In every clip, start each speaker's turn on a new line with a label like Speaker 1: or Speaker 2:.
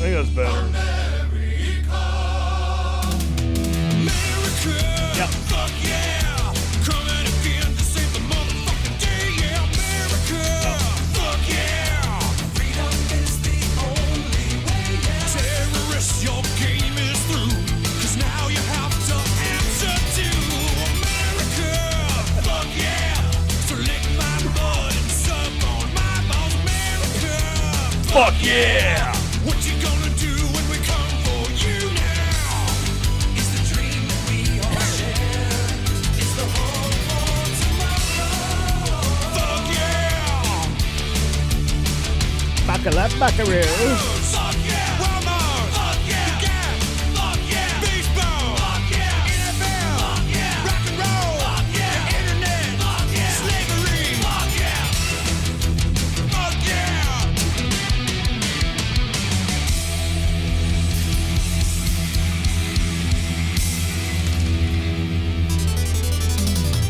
Speaker 1: knows better.
Speaker 2: America, fuck yeah. Coming again to save the motherfucking day, yeah. America, fuck yeah. Freedom is the only way, yeah. Terrorists, your game is through. 'Cause now you have to answer to America, fuck yeah. So lick my butt and suck on my balls, America.
Speaker 1: Fuck yeah!
Speaker 2: What you gonna do when we come for you now? It's the dream that we all share. It's the hope for tomorrow. Fuck yeah!
Speaker 3: Buckle up, buckaroo.
Speaker 2: Fuck yeah! Walmart! Fuck yeah! Gas! Fuck yeah! Baseball! Fuck yeah! NFL! Fuck yeah! Rock and roll! Fuck yeah! Internet! Fuck yeah! Slavery! Fuck yeah! Fuck yeah!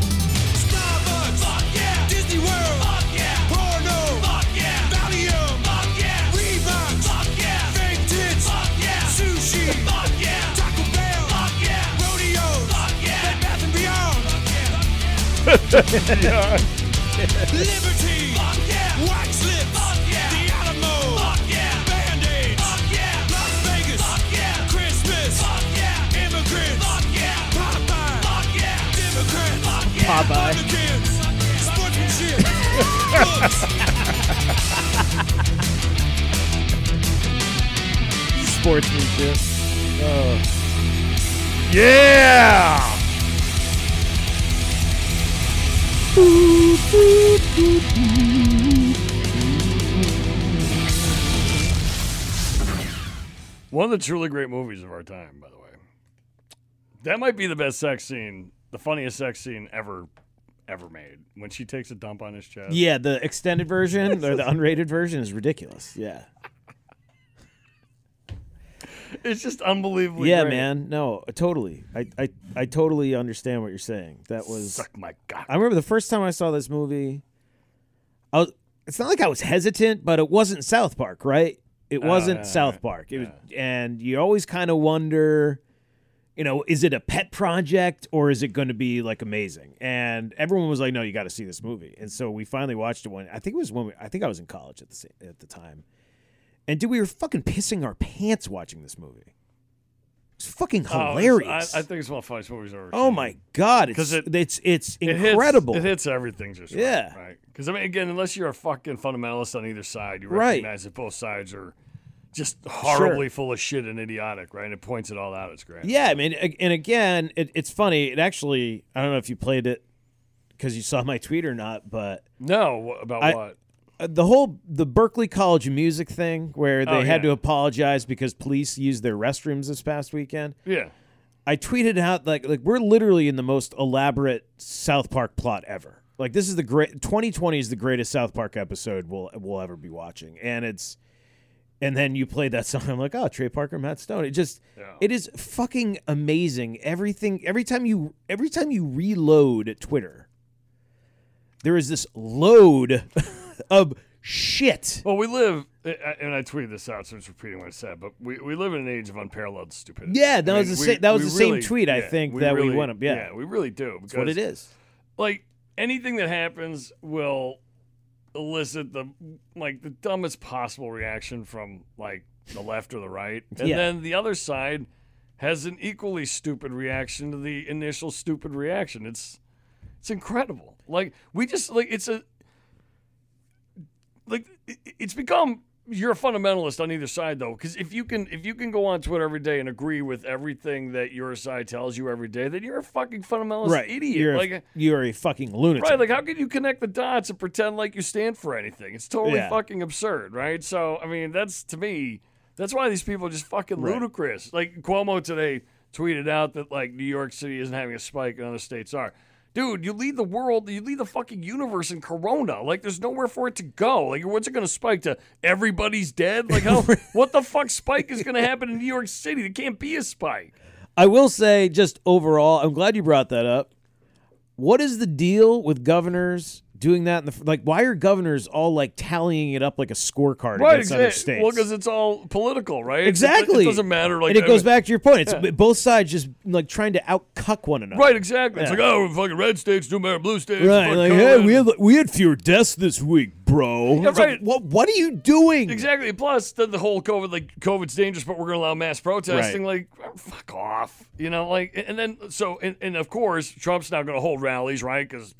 Speaker 2: Starbucks, fuck yeah. Disney World, fuck yeah. Porno, fuck yeah. Valium, fuck yeah. Reebok, fuck yeah. Fake tits, fuck yeah. Sushi, fuck yeah. Taco Bell, fuck yeah. Rodeo, fuck yeah. Bed Bath and Beyond, fuck yeah.
Speaker 1: Yeah.
Speaker 2: Liberty, fuck yeah. Wax Lips, fuck yeah. The Alamo, fuck yeah. Band-Aids, fuck yeah. Las Vegas, fuck yeah. Christmas, fuck yeah. Immigrants, fuck yeah. Popeye, fuck yeah. Democrats, fuck yeah.
Speaker 3: Popeye.
Speaker 2: Republicans, sportsmanship, books.
Speaker 3: Sportsmanship. Oh.
Speaker 1: Yeah! One of the truly great movies of our time, by the way. That might be the best sex scene, the funniest sex scene ever, ever made. When she takes a dump on his chest.
Speaker 3: Yeah, the extended version or the unrated version is ridiculous. Yeah.
Speaker 1: It's just unbelievably
Speaker 3: Yeah,
Speaker 1: great.
Speaker 3: man. No, totally. I, I I totally understand what you're saying. That was
Speaker 1: Suck my cock.
Speaker 3: I remember the first time I saw this movie. I was, it's not like I was hesitant, but it wasn't South Park, right? It wasn't
Speaker 1: Oh, yeah,
Speaker 3: South
Speaker 1: right.
Speaker 3: Park. It was, and you always kind of wonder, you know, is it a pet project or is it going to be like amazing? And everyone was like, "No, you got to see this movie." And so we finally watched it. When I think it was when we, I think I was in college at the sa- at the time, and dude, we were fucking pissing our pants watching this movie. It's fucking
Speaker 1: Oh, it's-
Speaker 3: hilarious.
Speaker 1: I, I think it's one of the funniest movies I've ever.
Speaker 3: oh
Speaker 1: seen.
Speaker 3: my god, it's
Speaker 1: 'Cause it-
Speaker 3: it's it's
Speaker 1: It hits-
Speaker 3: incredible.
Speaker 1: It hits, everything just
Speaker 3: Yeah.
Speaker 1: right. Right. Because I mean, again, unless you're a fucking fundamentalist on either side, you
Speaker 3: Right.
Speaker 1: recognize that both sides are just horribly full of shit and idiotic, right? And it points it all out. It's great.
Speaker 3: Yeah, I mean, a- and again, it, it's funny. It actually, I don't know if you played it because you saw my tweet or not, but
Speaker 1: No, wh- about
Speaker 3: I-
Speaker 1: what?
Speaker 3: uh, the whole the Berkeley College of Music thing, where they
Speaker 1: Oh,
Speaker 3: had
Speaker 1: yeah.
Speaker 3: to apologize because police used their restrooms this past weekend.
Speaker 1: Yeah.
Speaker 3: I tweeted out like like we're literally in the most elaborate South Park plot ever. Like this is the great 2020 is the greatest South Park episode we'll we'll ever be watching, and it's and then you play that song. I'm like, oh, Trey Parker, Matt Stone. It just
Speaker 1: Yeah.
Speaker 3: it is fucking amazing. Everything every time you every time you reload at Twitter, there is this load of shit.
Speaker 1: Well, we live, I- I- and I tweeted this out, so I'm just repeating what I said. But we, we live in an age of unparalleled stupidity.
Speaker 3: Yeah, that
Speaker 1: I
Speaker 3: was
Speaker 1: mean,
Speaker 3: the
Speaker 1: we-
Speaker 3: sa- that was
Speaker 1: we
Speaker 3: the same
Speaker 1: really-
Speaker 3: tweet, I
Speaker 1: yeah,
Speaker 3: think, that we
Speaker 1: really,
Speaker 3: went up, yeah.
Speaker 1: we really do.
Speaker 3: That's what it is.
Speaker 1: like anything that happens will elicit the like the dumbest possible reaction from like the left or the right and
Speaker 3: Yeah.
Speaker 1: then the other side has an equally stupid reaction to the initial stupid reaction it's it's incredible like we just like it's a like it- it's become you're a fundamentalist on either side though because if you can if you can go on twitter every day and agree with everything that your side tells you every day then you're a fucking fundamentalist
Speaker 3: Right,
Speaker 1: idiot
Speaker 3: You're a-
Speaker 1: like
Speaker 3: you're a fucking lunatic.
Speaker 1: Right, like how can you connect the dots and pretend like you stand for anything? It's totally
Speaker 3: Yeah.
Speaker 1: fucking absurd, right? So, I mean, that's to me, that's why these people are just fucking
Speaker 3: Right.
Speaker 1: ludicrous. Like Cuomo today tweeted out that like New York City isn't having a spike and other states are. Dude, you lead the world, you lead the fucking universe in corona. Like there's nowhere for it to go. Like what's it going to spike to? Everybody's dead? Like how what the fuck spike is going to happen in New York City? There can't be a spike.
Speaker 3: I will say, just overall, I'm glad you brought that up. What is the deal with governors doing that in the like? Why are governors all like tallying it up like a scorecard
Speaker 1: Right,
Speaker 3: against other
Speaker 1: exactly.
Speaker 3: states?
Speaker 1: Well, because it's all political, right? It's- it-
Speaker 3: exactly,
Speaker 1: It, doesn't matter. Like
Speaker 3: and it goes
Speaker 1: uh,
Speaker 3: back to your point. It's both sides just like trying to out cuck one another.
Speaker 1: Right, exactly. It's
Speaker 3: Yeah.
Speaker 1: like, oh, fucking red states do matter, blue states.
Speaker 3: Right,
Speaker 1: fuck
Speaker 3: like,
Speaker 1: color.
Speaker 3: hey, we had we had fewer deaths this week, bro. It's like,
Speaker 1: right.
Speaker 3: what what are you doing?
Speaker 1: Exactly. Plus, then the whole COVID, like, COVID's dangerous, but we're going to allow mass protesting. Like, oh, fuck off. You know, like, and then, so, and, and of course, Trump's not going to hold rallies, right? Because,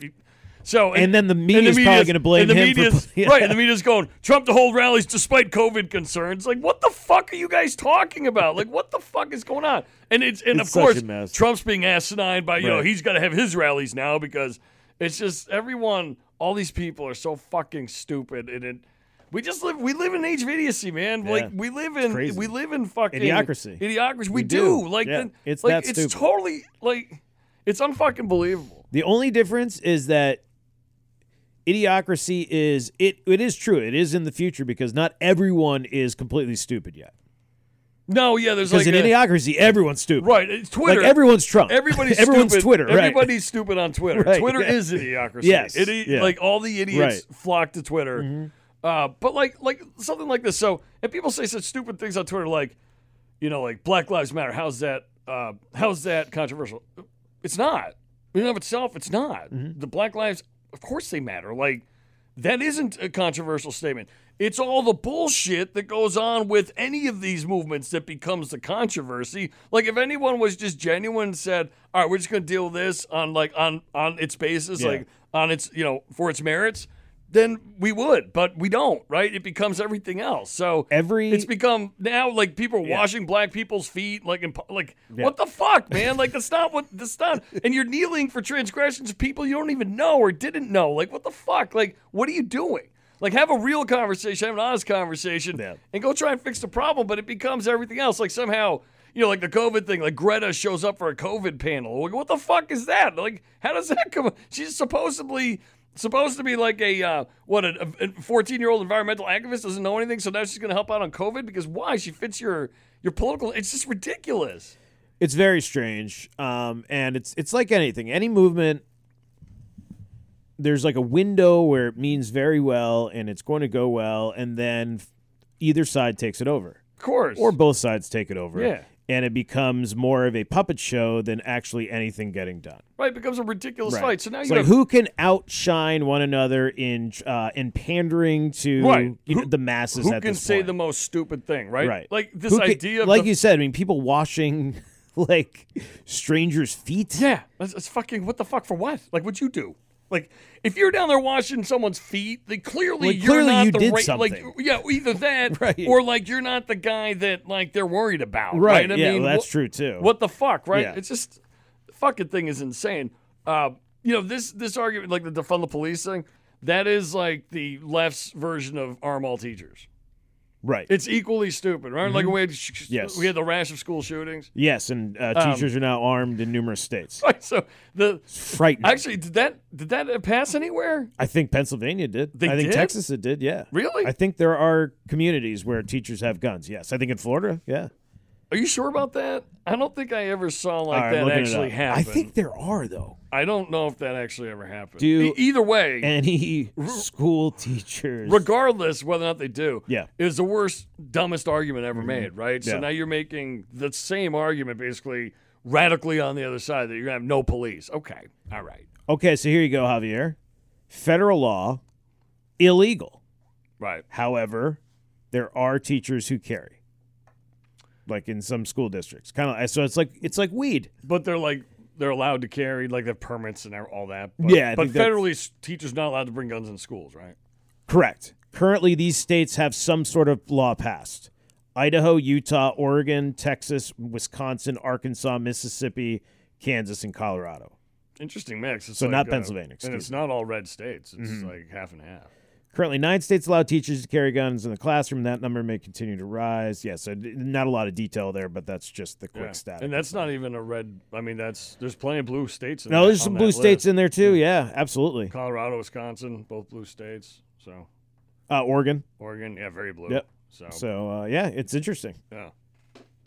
Speaker 1: so,
Speaker 3: And then the media's probably gonna blame
Speaker 1: and the
Speaker 3: him for-
Speaker 1: media's-
Speaker 3: yeah.
Speaker 1: Right. And the media's going, Trump to hold rallies despite COVID concerns. Like, what the fuck are you guys talking about? Like, what the fuck is going on? And it's, and of
Speaker 3: It's such
Speaker 1: course,
Speaker 3: a mess.
Speaker 1: Trump's being asinine by, you know,
Speaker 3: Right.
Speaker 1: he's got to have his rallies now because it's just everyone, all these people are so fucking stupid. And it, we just live, we live in an age of idiocy, man. Like, we live in,
Speaker 3: crazy.
Speaker 1: we live in fucking
Speaker 3: Idiocracy.
Speaker 1: Idiocracy. We, do.
Speaker 3: do.
Speaker 1: Like,
Speaker 3: Yeah.
Speaker 1: the-
Speaker 3: It's
Speaker 1: like,
Speaker 3: that
Speaker 1: it's
Speaker 3: stupid.
Speaker 1: totally, like, it's unfucking believable.
Speaker 3: The only difference is that idiocracy is it it is true. It is in the future because not everyone is completely stupid yet.
Speaker 1: No, yeah, there's
Speaker 3: Because
Speaker 1: like
Speaker 3: in
Speaker 1: a-
Speaker 3: idiocracy, everyone's stupid.
Speaker 1: Right, it's Twitter.
Speaker 3: Like everyone's Trump.
Speaker 1: Everybody's
Speaker 3: everyone's
Speaker 1: stupid.
Speaker 3: Twitter. Right.
Speaker 1: Everybody's stupid on Twitter.
Speaker 3: Right,
Speaker 1: Twitter
Speaker 3: yeah.
Speaker 1: is idiocracy.
Speaker 3: Yes,
Speaker 1: Idi-
Speaker 3: yeah.
Speaker 1: Like all the idiots
Speaker 3: Right. Mm-hmm.
Speaker 1: flock to Twitter. Uh, but like like something like this. So and people say such stupid things on Twitter, like you know, like Black Lives Matter. How's that? Uh, how's that controversial? It's not. In and of itself, it's not.
Speaker 3: Mm-hmm.
Speaker 1: The Black Lives, of course, they matter. Like that isn't a controversial statement. It's all the bullshit that goes on with any of these movements that becomes the controversy. Like if anyone was just genuine and said, "All right, we're just going to deal with this on like on on its basis,
Speaker 3: Yeah.
Speaker 1: like on its, you know, for its merits," then we would, but we don't, right? It becomes everything else. So
Speaker 3: Every-
Speaker 1: it's become now like people are washing black people's feet like in, pu- like what the fuck, man? like that's not what that's not. And you're kneeling for transgressions of people you don't even know or didn't know. Like what the fuck? Like what are you doing? Like have a real conversation, have an honest conversation,
Speaker 3: Yeah.
Speaker 1: and go try and fix the problem. But it becomes everything else. Like somehow. You know, like the COVID thing, like Greta shows up for a COVID panel. Like, what the fuck is that? Like, how does that come? She's supposedly supposed to be like a uh, what a a 14 year old environmental activist doesn't know anything so now she's going to help out on covid because why she fits your your political it's just ridiculous
Speaker 3: It's very strange. Um, and it's it's like anything. Any movement there's like a window where it means very well and it's going to go well, and then either side takes it over.
Speaker 1: of course
Speaker 3: or both sides take it over.
Speaker 1: Yeah.
Speaker 3: And it becomes more of a puppet show than actually anything getting done.
Speaker 1: right it becomes a ridiculous fight so now
Speaker 3: it's
Speaker 1: you
Speaker 3: like
Speaker 1: have
Speaker 3: who can outshine one another in uh, in pandering to
Speaker 1: Right.
Speaker 3: you know,
Speaker 1: Who-
Speaker 3: the masses.
Speaker 1: who
Speaker 3: at
Speaker 1: can
Speaker 3: this
Speaker 1: say
Speaker 3: point.
Speaker 1: the most stupid thing right
Speaker 3: right?
Speaker 1: like this
Speaker 3: Who can-
Speaker 1: idea of
Speaker 3: like
Speaker 1: the-
Speaker 3: you said, I mean, people washing like strangers' feet.
Speaker 1: yeah it's, it's fucking what the fuck for what like what'd you do like if you're down there washing someone's feet, then clearly
Speaker 3: Like,
Speaker 1: you're
Speaker 3: clearly
Speaker 1: not
Speaker 3: you
Speaker 1: the
Speaker 3: did
Speaker 1: right. Like
Speaker 3: something.
Speaker 1: yeah, either that
Speaker 3: Right.
Speaker 1: or like you're not the guy that like they're worried about. Right.
Speaker 3: Right,
Speaker 1: I
Speaker 3: yeah,
Speaker 1: mean,
Speaker 3: well, that's
Speaker 1: wha-
Speaker 3: true, too.
Speaker 1: What the fuck, right?
Speaker 3: Yeah.
Speaker 1: It's just the fucking thing is insane. Uh, you know this this argument, like the defund the police thing, that is like the left's version of arm all teachers.
Speaker 3: Right.
Speaker 1: It's equally stupid, right? Like we had sh- sh-
Speaker 3: Mm-hmm. Yes.
Speaker 1: we had the rash of school shootings.
Speaker 3: yes, and uh,
Speaker 1: Um,
Speaker 3: teachers are now armed in numerous states.
Speaker 1: Right, so the
Speaker 3: Frightening.
Speaker 1: actually did that did that pass anywhere?
Speaker 3: I think Pennsylvania did.
Speaker 1: They
Speaker 3: I think
Speaker 1: did?
Speaker 3: Texas it did. Yeah.
Speaker 1: Really?
Speaker 3: I think there are communities where teachers have guns. Yes. I think in Florida. Yeah.
Speaker 1: Are you sure about that? I don't think I ever saw
Speaker 3: All
Speaker 1: like
Speaker 3: right,
Speaker 1: that
Speaker 3: looking it
Speaker 1: actually
Speaker 3: up.
Speaker 1: happen.
Speaker 3: I think there are though.
Speaker 1: I don't know if that actually ever happened.
Speaker 3: Do-
Speaker 1: E- either way,
Speaker 3: Any school teachers?
Speaker 1: regardless whether or not they do,
Speaker 3: Yeah. Mm-hmm.
Speaker 1: is the worst, dumbest argument ever made, right? So
Speaker 3: Yeah.
Speaker 1: now you're making the same argument basically radically on the other side that you're gonna have no police. Okay, all right,
Speaker 3: okay, so here you go, Javier. Federal law illegal.
Speaker 1: right.
Speaker 3: However, there are teachers who carry. Like in some school districts, kind of. So it's like it's like weed.
Speaker 1: But they're like they're allowed to carry like they have permits and all that. But,
Speaker 3: Yeah, I
Speaker 1: but
Speaker 3: think that's-
Speaker 1: federally, s- teachers not allowed to bring guns in schools, right?
Speaker 3: Correct. Currently, these states have some sort of law passed Idaho, Utah, Oregon, Texas, Wisconsin, Arkansas, Mississippi, Kansas, and Colorado.
Speaker 1: Interesting mix. It's
Speaker 3: So
Speaker 1: like,
Speaker 3: not
Speaker 1: uh,
Speaker 3: Pennsylvania,
Speaker 1: and
Speaker 3: excuse Mm-hmm.
Speaker 1: it's not all red states. It's like half and half.
Speaker 3: Currently, nine states allow teachers to carry guns in the classroom. That number may continue to rise. Yeah, so d- not a lot of detail there, but that's just the quick
Speaker 1: Yeah.
Speaker 3: stat.
Speaker 1: And that's not even a red. I mean, that's there's plenty of blue states. In
Speaker 3: no,
Speaker 1: that-
Speaker 3: there's
Speaker 1: on
Speaker 3: some
Speaker 1: that
Speaker 3: blue
Speaker 1: list.
Speaker 3: states in there too. Yeah, absolutely.
Speaker 1: Colorado, Wisconsin, both blue states. So
Speaker 3: Uh, Oregon.
Speaker 1: Oregon, yeah, very blue.
Speaker 3: Yep.
Speaker 1: So,
Speaker 3: So uh, yeah, it's interesting.
Speaker 1: yeah,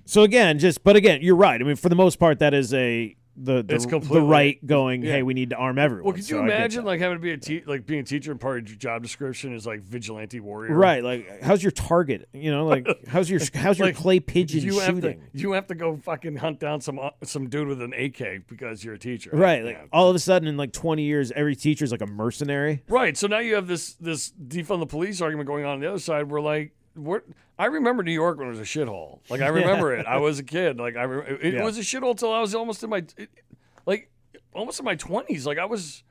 Speaker 3: So again, just but again, you're right. I mean, for the most part, that is a the the,
Speaker 1: It's
Speaker 3: the
Speaker 1: completely-
Speaker 3: right going.
Speaker 1: yeah.
Speaker 3: Hey, we need to arm everyone.
Speaker 1: Well, could
Speaker 3: So
Speaker 1: you
Speaker 3: I get
Speaker 1: imagine
Speaker 3: that.
Speaker 1: like having to be a te- like being a teacher and part of your job description is like vigilante warrior?
Speaker 3: Right, like how's your target? You know, like how's your how's your
Speaker 1: Like,
Speaker 3: clay pigeon
Speaker 1: You have
Speaker 3: shooting?
Speaker 1: to you have to go fucking hunt down some uh, some dude with an AK because you're a teacher.
Speaker 3: Right, like
Speaker 1: Yeah.
Speaker 3: all of a sudden in like twenty years, every teacher's like a mercenary.
Speaker 1: Right. So now you have this this defund the police argument going on on the other side. Where like, what? I remember New York when it was a shithole. Like I remember it. I was a kid. Like I re- it, it
Speaker 3: Yeah.
Speaker 1: was a shithole till I was almost in my it- like almost in my twenties. Like I was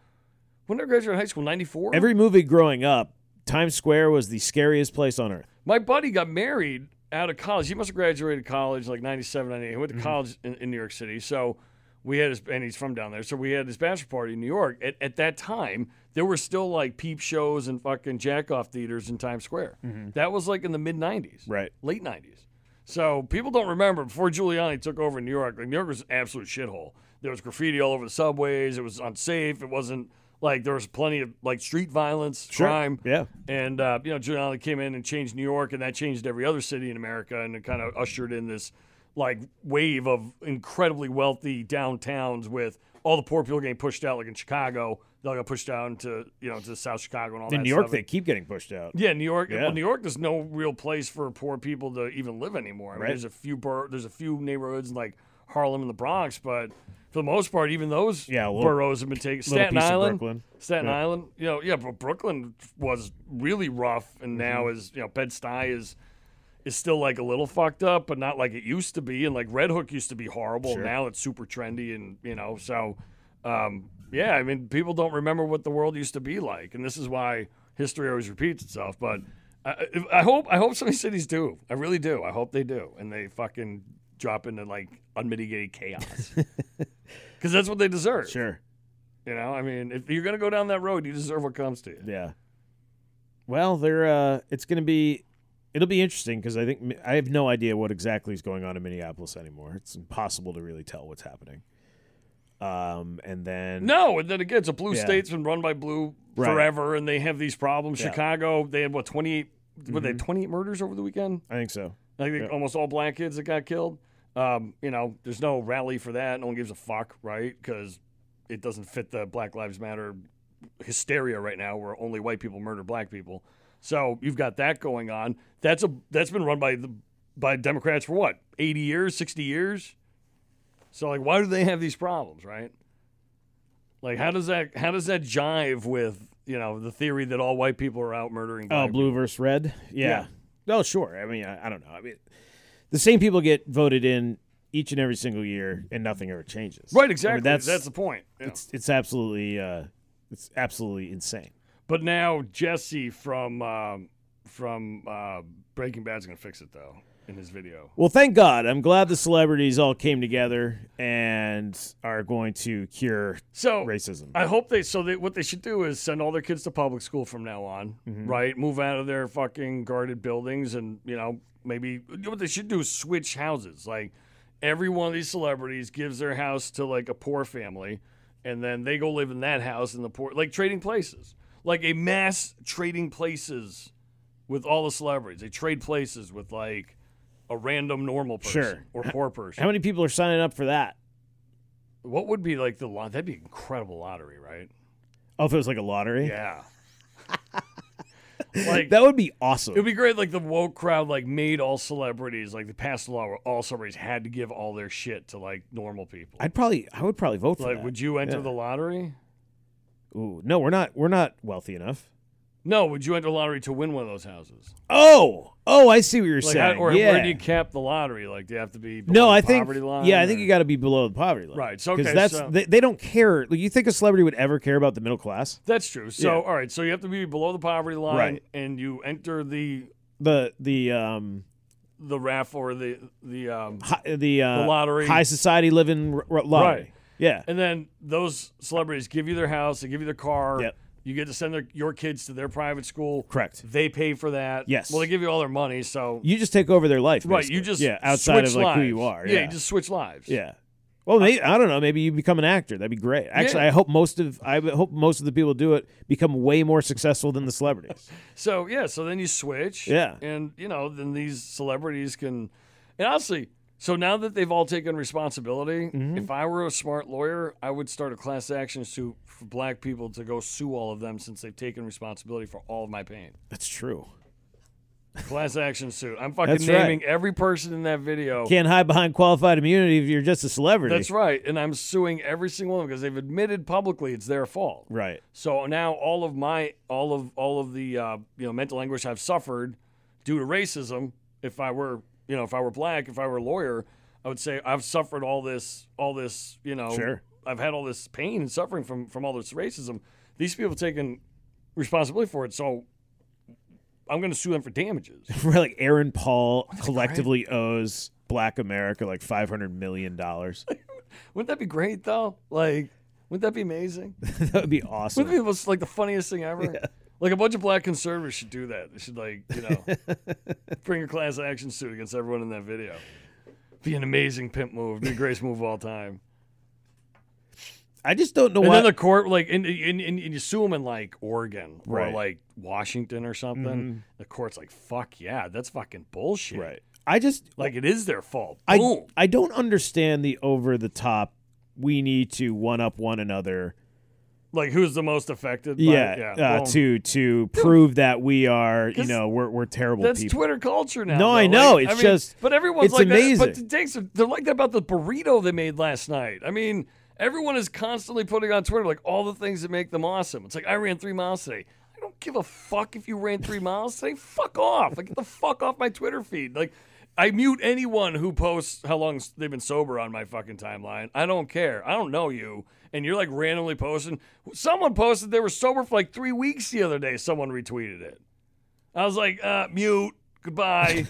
Speaker 1: when I graduated high school, ninety four.
Speaker 3: Every movie growing up, Times Square was the scariest place on earth.
Speaker 1: my buddy got married out of college. He must have graduated college like 97, 98. He went to college in, in New York City. So we had his, and he's from down there. So we had his bachelor party in New York. At, at that time, there were still like peep shows and fucking jack off theaters in Times Square. That was like in the mid 90s,
Speaker 3: Right.
Speaker 1: late 90s. So people don't remember before Giuliani took over in New York, like New York was an absolute shithole. There was graffiti all over the subways. It was unsafe. It wasn't like there was plenty of like street violence, crime.
Speaker 3: Yeah.
Speaker 1: And uh, you know, Giuliani came in and changed New York, and that changed every other city in America, and it kind of ushered in this like wave of incredibly wealthy downtowns with all the poor people getting pushed out, like in Chicago, they all got pushed down to you know to South Chicago and all that.
Speaker 3: In New York,
Speaker 1: stuff.
Speaker 3: they keep getting pushed out.
Speaker 1: Yeah, New York.
Speaker 3: Yeah.
Speaker 1: Well, New York, there's no real place for poor people to even live anymore. I mean,
Speaker 3: Right.
Speaker 1: there's a few bur- there's a few neighborhoods in, like Harlem and the Bronx, but for the most part, even those
Speaker 3: Yeah, a little-
Speaker 1: boroughs have been taken.
Speaker 3: little
Speaker 1: Staten
Speaker 3: piece of
Speaker 1: Island,
Speaker 3: Brooklyn.
Speaker 1: Staten Island. You know, yeah, but Brooklyn was really rough, and
Speaker 3: Mm-hmm.
Speaker 1: now is you know Bed Stuy is is still like a little fucked up, but not like it used to be. And like Red Hook used to be horrible. Now it's super trendy, and you know, so um, yeah. I mean, people don't remember what the world used to be like, and this is why history always repeats itself. But I, I- I hope I hope some of these cities do. I really do. I hope they do, and they fucking drop into like unmitigated chaos because that's what they deserve.
Speaker 3: Sure.
Speaker 1: You know, I mean, if you're gonna go down that road, you deserve what comes to you.
Speaker 3: Yeah. Well, they're uh, it's going to be it'll be interesting because I think Mi- I have no idea what exactly is going on in Minneapolis anymore. It's impossible to really tell what's happening. Um, and then
Speaker 1: No, and then again, it's a blue
Speaker 3: Yeah.
Speaker 1: state's been run by blue
Speaker 3: Right.
Speaker 1: forever, and they have these problems.
Speaker 3: Yeah. Mm-hmm.
Speaker 1: Chicago, they had what twenty eight? Were they twenty eight murders over the weekend?
Speaker 3: I think so.
Speaker 1: I think almost all black kids that got killed. Um, you know, there's no rally for that. No one gives a fuck, right? Because it doesn't fit the Black Lives Matter hysteria right now, where only white people murder black people. So you've got that going on. That's a that's been run by the by Democrats for what eighty years, sixty years. So like, why do they have these problems, right? Like, how does that how does that jive with you know the theory that all white people are out murdering?
Speaker 3: Oh,
Speaker 1: black
Speaker 3: blue versus red. Yeah.
Speaker 1: Yeah.
Speaker 3: No, sure. I mean, I, I don't know. I mean, the same people get voted in each and every single year, and nothing ever changes.
Speaker 1: people?
Speaker 3: I
Speaker 1: right?
Speaker 3: mean,
Speaker 1: Exactly.
Speaker 3: that's
Speaker 1: that's the point. Yeah.
Speaker 3: it's it's absolutely uh, it's absolutely insane.
Speaker 1: But now Jesse from um, from uh, Breaking Bad's gonna fix it though in his video.
Speaker 3: Well, thank God. I'm glad the celebrities all came together and are going to cure
Speaker 1: So
Speaker 3: racism.
Speaker 1: I hope they. So they, what they should do is send all their kids to public school from now on,
Speaker 3: Mm-hmm.
Speaker 1: right? Move out of their fucking guarded buildings, and you know maybe you know what they should do is switch houses. Like every one of these celebrities gives their house to like a poor family, and then they go live in that house in the poor, like trading places, like a mass trading places with all the celebrities. They trade places with like a random normal person
Speaker 3: Sure.
Speaker 1: or poor person.
Speaker 3: How many people are signing up for that?
Speaker 1: what would be like the lot? That'd be an incredible lottery, right?
Speaker 3: Oh, if it was like a lottery?
Speaker 1: Yeah. like
Speaker 3: That would be awesome.
Speaker 1: it would be great. Like the woke crowd, like made all celebrities, like they passed a law where all celebrities had to give all their shit to like normal people.
Speaker 3: I'd probably I would probably vote for
Speaker 1: like,
Speaker 3: that.
Speaker 1: would you enter
Speaker 3: Yeah.
Speaker 1: the lottery?
Speaker 3: Ooh, no, we're not we're not wealthy enough.
Speaker 1: No, would you enter the lottery to win one of those houses?
Speaker 3: Oh, oh, I see what you're
Speaker 1: Like, how-
Speaker 3: saying.
Speaker 1: or
Speaker 3: yeah.
Speaker 1: where do you cap the lottery? Like, do you have to be below
Speaker 3: no,
Speaker 1: the
Speaker 3: I think
Speaker 1: poverty line
Speaker 3: yeah, I think
Speaker 1: or-
Speaker 3: you got to be below the poverty line,
Speaker 1: Right, so,
Speaker 3: Because
Speaker 1: okay,
Speaker 3: that's
Speaker 1: so-
Speaker 3: they, they don't care. Like, you think a celebrity would ever care about the middle class?
Speaker 1: That's true. So,
Speaker 3: Yeah.
Speaker 1: all right. So you have to be below the poverty line,
Speaker 3: Right.
Speaker 1: and you enter the
Speaker 3: The the um
Speaker 1: the raffle or the the um,
Speaker 3: hi, the, uh,
Speaker 1: The lottery.
Speaker 3: high society living r- r- lottery.
Speaker 1: Right.
Speaker 3: Yeah,
Speaker 1: And then those celebrities give you their house, they give you their car.
Speaker 3: Yep.
Speaker 1: You get to send their, your kids to their private school.
Speaker 3: Correct.
Speaker 1: They pay for that.
Speaker 3: Yes.
Speaker 1: Well, they give you all their money, so
Speaker 3: you just take over their life,
Speaker 1: right. You
Speaker 3: basically.
Speaker 1: just
Speaker 3: yeah outside
Speaker 1: switch
Speaker 3: of like who
Speaker 1: lives.
Speaker 3: you are.
Speaker 1: Yeah, you just switch lives.
Speaker 3: Yeah. Well, maybe, I don't know. Maybe you become an actor. That'd be great. Actually,
Speaker 1: Yeah.
Speaker 3: I hope most of I would hope most of the people who do it become way more successful than the celebrities.
Speaker 1: So yeah, so then you switch.
Speaker 3: Yeah.
Speaker 1: And you know, then these celebrities can, and honestly, So now that they've all taken responsibility,
Speaker 3: Mm-hmm.
Speaker 1: if I were a smart lawyer, I would start a class action suit for black people to go sue all of them since they've taken responsibility for all of my pain.
Speaker 3: That's true.
Speaker 1: Class action suit. I'm fucking
Speaker 3: That's right.
Speaker 1: naming every person in that video.
Speaker 3: Can't hide behind qualified immunity if you're just a celebrity.
Speaker 1: That's right. And I'm suing every single one because they've admitted publicly it's their fault.
Speaker 3: right.
Speaker 1: So now all of my all of all of the uh, you know mental anguish I've suffered due to racism. If I were you know if I were black, if I were a lawyer, I would say I've suffered all this all this you know
Speaker 3: Sure.
Speaker 1: I've had all this pain and suffering from from all this racism. These people taking responsibility for it, so I'm going to sue them for damages.
Speaker 3: Right, like Aaron Paul collectively owes Black America like five hundred million dollars.
Speaker 1: wouldn't that be great though? Like, wouldn't that be amazing?
Speaker 3: that would be awesome.
Speaker 1: Wouldn't it be the most, like the funniest thing ever? Like a bunch of black conservatives should do that. They should like you know bring a class action suit against everyone in that video. Be an amazing pimp move, be the greatest move of all time.
Speaker 3: I just don't know
Speaker 1: And
Speaker 3: why.
Speaker 1: then the court like in in, in, in you sue them in like Oregon or
Speaker 3: Right. Mm-hmm.
Speaker 1: like Washington or something. The court's like fuck yeah, that's fucking bullshit.
Speaker 3: right. I just
Speaker 1: Like it is their fault.
Speaker 3: I,
Speaker 1: Boom.
Speaker 3: I don't understand the over the top. We need to one up one another.
Speaker 1: Like who's the most affected? by it?
Speaker 3: yeah, uh,
Speaker 1: boom.
Speaker 3: to to prove that we are, you
Speaker 1: 'Cause
Speaker 3: know, we're we're terrible
Speaker 1: That's
Speaker 3: people.
Speaker 1: Twitter culture now.
Speaker 3: No,
Speaker 1: though.
Speaker 3: I know.
Speaker 1: Like,
Speaker 3: It's
Speaker 1: mean,
Speaker 3: just-
Speaker 1: but everyone's
Speaker 3: it's
Speaker 1: like
Speaker 3: amazing.
Speaker 1: That, but the takes- they're like that about the burrito they made last night. I mean, everyone is constantly putting on Twitter like all the things that make them awesome. It's like I ran three miles today. I don't give a fuck if you ran three miles today. Fuck off. Like get the fuck off my Twitter feed. Like. I mute anyone who posts how long s- they've been sober on my fucking timeline. I don't care. I don't know you. And you're like randomly posting. Someone posted they were sober for like three weeks the other day. Someone retweeted it. I was like, uh, mute, goodbye.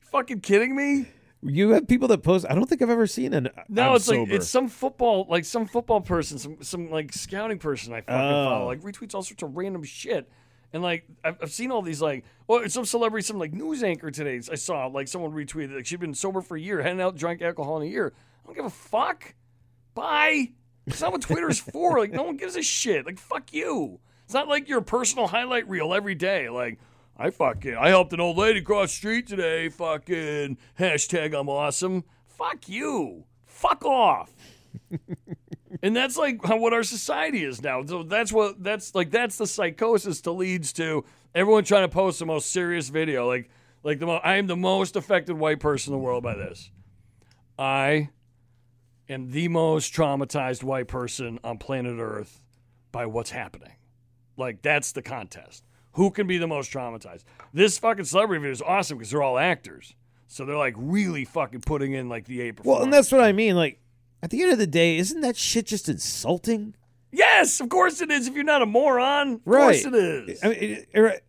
Speaker 1: Fucking kidding me?
Speaker 3: you have people that post. I don't think I've ever seen an. uh,
Speaker 1: No,
Speaker 3: I'm
Speaker 1: it's like
Speaker 3: sober.
Speaker 1: it's some football, like some football person, some some like scouting person I fucking
Speaker 3: Oh.
Speaker 1: follow, like retweets all sorts of random shit. And like I've, I've seen all these like, oh, it's some celebrity, some like news anchor today. I saw like someone retweeted like she'd been sober for a year, hadn't out drank alcohol in a year. I don't give a fuck. Bye. It's not what Twitter's for. Like no one gives a shit. Like fuck you. It's not like your personal highlight reel every day. Like I fucking I helped an old lady cross the street today. Fucking hashtag I'm awesome. Fuck you. Fuck off. and that's like how, what our society is now. So that's what that's like. That's the psychosis that leads to everyone trying to post the most serious video. Like like the mo- I am the most affected white person in the world by this. I am the most traumatized white person on planet Earth by what's happening. Like that's the contest. Who can be the most traumatized? This fucking celebrity video is awesome because they're all actors. So they're like really fucking putting in like the A
Speaker 3: well,
Speaker 1: performance.
Speaker 3: and that's what I mean. Like at the end of the day, isn't that shit just insulting?
Speaker 1: Yes, of course it is. If you're not a moron, of course it is.
Speaker 3: I mean, it- it-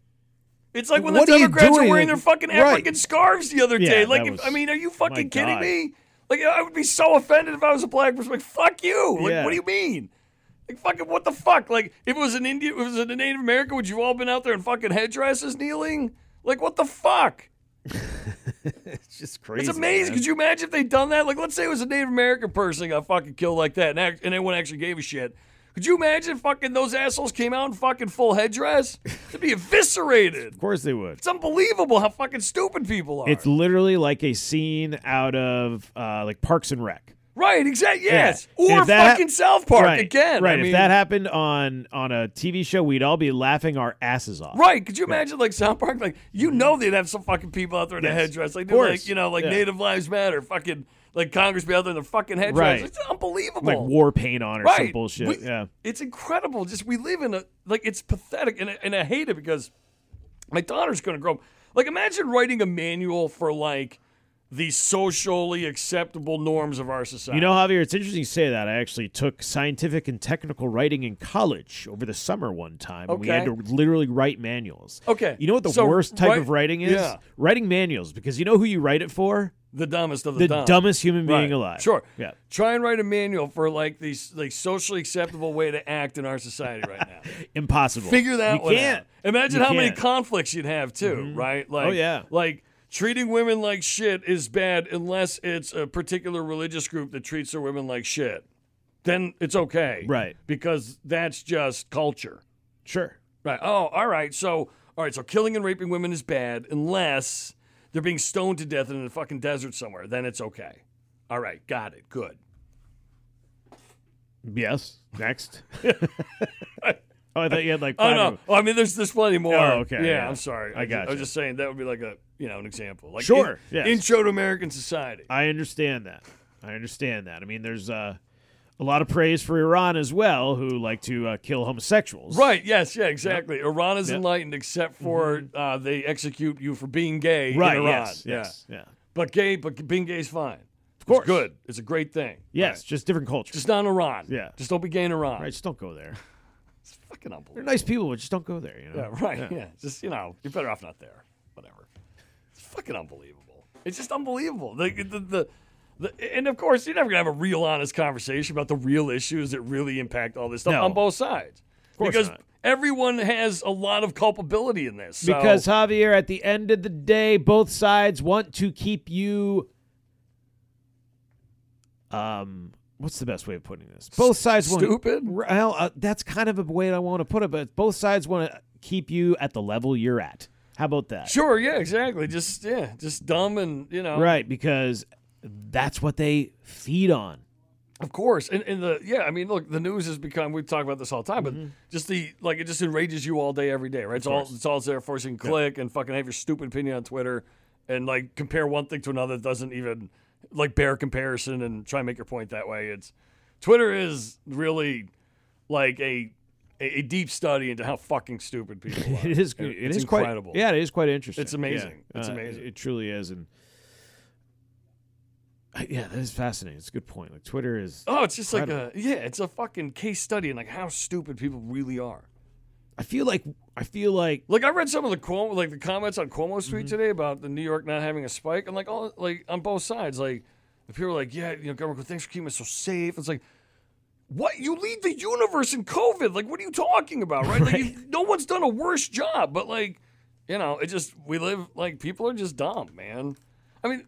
Speaker 1: It's like when
Speaker 3: What
Speaker 1: the
Speaker 3: are you
Speaker 1: Democrats were
Speaker 3: doing?
Speaker 1: wearing their fucking
Speaker 3: Right.
Speaker 1: African scarves the other
Speaker 3: Yeah,
Speaker 1: day. Like,
Speaker 3: that
Speaker 1: if,
Speaker 3: was-
Speaker 1: I mean, are you
Speaker 3: my
Speaker 1: fucking kidding
Speaker 3: God.
Speaker 1: me? Like, I would be so offended if I was a black person. Like, fuck you. Like,
Speaker 3: Yeah.
Speaker 1: what do you mean? Like, fucking, what the fuck? Like, if it was an Indian, if it was a Native American, would you all been out there in fucking headdresses kneeling? Like, what the fuck?
Speaker 3: it's just crazy.
Speaker 1: It's amazing.
Speaker 3: man.
Speaker 1: Could you imagine if they'd done that? Like, let's say it was a Native American person that got fucking killed like that, and, act- and anyone actually gave a shit. Could you imagine if fucking those assholes came out in fucking full headdress? They'd be eviscerated.
Speaker 3: Of course they would.
Speaker 1: It's unbelievable how fucking stupid people are.
Speaker 3: It's literally like a scene out of uh, like Parks and Rec.
Speaker 1: right, exactly. Yes,
Speaker 3: Yeah.
Speaker 1: or
Speaker 3: If that-
Speaker 1: fucking South Park
Speaker 3: right,
Speaker 1: again.
Speaker 3: Right.
Speaker 1: I mean,
Speaker 3: if that happened on on a TV show, we'd all be laughing our asses off.
Speaker 1: Right? Could you imagine like South Park? Like you know they'd have some fucking people out there in a
Speaker 3: Yes.
Speaker 1: headdress, like
Speaker 3: Of
Speaker 1: they're like
Speaker 3: course.
Speaker 1: you know like
Speaker 3: Yeah.
Speaker 1: Native Lives Matter, fucking like Congress be out there in their fucking headdress.
Speaker 3: Right.
Speaker 1: It's unbelievable.
Speaker 3: Like war paint on or
Speaker 1: right.
Speaker 3: some bullshit.
Speaker 1: We-
Speaker 3: yeah.
Speaker 1: It's incredible. Just we live in a like it's pathetic, and I- and I hate it because my daughter's gonna grow up. Like imagine writing a manual for like the socially acceptable norms of our society.
Speaker 3: You know, Javier, it's interesting you say that. I actually took scientific and technical writing in college over the summer one time. and We had to
Speaker 1: Okay.
Speaker 3: literally write manuals.
Speaker 1: Okay,
Speaker 3: You know what the
Speaker 1: so
Speaker 3: worst type
Speaker 1: write-
Speaker 3: of writing is?
Speaker 1: yeah.
Speaker 3: Writing manuals, because you know who you write it for?
Speaker 1: the dumbest of the,
Speaker 3: The
Speaker 1: dumb.
Speaker 3: dumbest human being
Speaker 1: Right.
Speaker 3: alive.
Speaker 1: Sure.
Speaker 3: Yeah.
Speaker 1: Try and write a manual for like the s- like socially acceptable way to act in our society right now.
Speaker 3: Impossible.
Speaker 1: Figure that
Speaker 3: you
Speaker 1: one
Speaker 3: can't.
Speaker 1: out. Imagine
Speaker 3: You
Speaker 1: how many
Speaker 3: can't. Mm-hmm. Oh,
Speaker 1: conflicts you'd have too, right? Like,
Speaker 3: yeah.
Speaker 1: like treating women like shit is bad unless it's a particular religious group that treats their women like shit. Then it's okay,
Speaker 3: Right.
Speaker 1: Because that's just culture,
Speaker 3: Sure.
Speaker 1: right? Oh, all right. So, all right. So, killing and raping women is bad unless They're being stoned to death in the fucking desert somewhere. Then it's okay. All right, got it. Good.
Speaker 3: Yes. Next. oh, I thought you had like
Speaker 1: Oh
Speaker 3: five.
Speaker 1: no!
Speaker 3: of-
Speaker 1: Oh, I mean, there's there's plenty more.
Speaker 3: Oh, okay,
Speaker 1: Yeah,
Speaker 3: yeah.
Speaker 1: I'm sorry.
Speaker 3: I
Speaker 1: ju- I
Speaker 3: gotcha.
Speaker 1: was just saying that would be like a you know an example. Like
Speaker 3: Sure,
Speaker 1: in-
Speaker 3: yes.
Speaker 1: Intro to American society.
Speaker 3: I understand that. I understand that. I mean, there's uh, a lot of praise for Iran as well, who like to uh, kill homosexuals.
Speaker 1: Right. Yes. Yeah. Exactly. Iran is
Speaker 3: Yep. Mm-hmm.
Speaker 1: enlightened, except for uh, they execute you for being gay. in
Speaker 3: Right.
Speaker 1: Iran.
Speaker 3: Yes.
Speaker 1: Yeah.
Speaker 3: Yes. Yeah.
Speaker 1: But gay, but being gay is fine. Of
Speaker 3: course.
Speaker 1: It's good. It's a great thing.
Speaker 3: Yes.
Speaker 1: Right.
Speaker 3: Just different cultures.
Speaker 1: Just not in Iran.
Speaker 3: Yeah.
Speaker 1: Just don't be gay in Iran.
Speaker 3: right. Just don't go there.
Speaker 1: It's fucking unbelievable.
Speaker 3: They're nice people, but just don't go there. You know.
Speaker 1: Yeah, right. Yeah. Just, you know, you're better off not there. Whatever. It's fucking unbelievable. It's just unbelievable. The, the, the, the, and of course, you're never going to have a real honest conversation about the real issues that really impact all this stuff
Speaker 3: No.
Speaker 1: on both sides.
Speaker 3: course
Speaker 1: because
Speaker 3: not.
Speaker 1: everyone has a lot of culpability in this. so-
Speaker 3: Because Javier, at the end of the day, both sides want to keep you. Um, what's the best way of putting this? Both sides want
Speaker 1: stupid?
Speaker 3: Well, uh, that's kind of a way I want to put it, but both sides want to keep you at the level you're at. How about that?
Speaker 1: Sure, yeah, exactly. Just, yeah, just dumb and, you know.
Speaker 3: Right, because that's what they feed on.
Speaker 1: Of course, and, and the yeah, I mean, look, the news has become. We've talked about this all the time, but
Speaker 3: Mm-hmm.
Speaker 1: just the like, it just enrages you all day, every day, right? It's all it's all there for so you can click and fucking have your stupid opinion on Twitter, and like compare one thing to another that doesn't even like bear comparison, and try and make your point that way. It's Twitter is really like a a, a deep study into how fucking stupid people are.
Speaker 3: It is.
Speaker 1: And
Speaker 3: it
Speaker 1: it's
Speaker 3: is
Speaker 1: incredible.
Speaker 3: Quite, yeah, it is quite interesting.
Speaker 1: It's amazing.
Speaker 3: Yeah.
Speaker 1: It's
Speaker 3: Uh,
Speaker 1: amazing.
Speaker 3: It, it truly is, and uh, yeah, that is fascinating. It's a good point. Like Twitter is.
Speaker 1: Oh, it's just like a yeah, it's a fucking case study in like how stupid people really are.
Speaker 3: I feel like I feel like
Speaker 1: Like I read some of the Cuomo, like the comments on Cuomo's tweet today about the New York not having a spike, and like all like on both sides, like the people are like, yeah, you know, government, thanks for keeping us so safe. It's like, what? You lead the universe in COVID. Like, what are you talking about, right? Like, you, no one's done a worse job. But like, you know, it just we live like people are just dumb, man. I mean,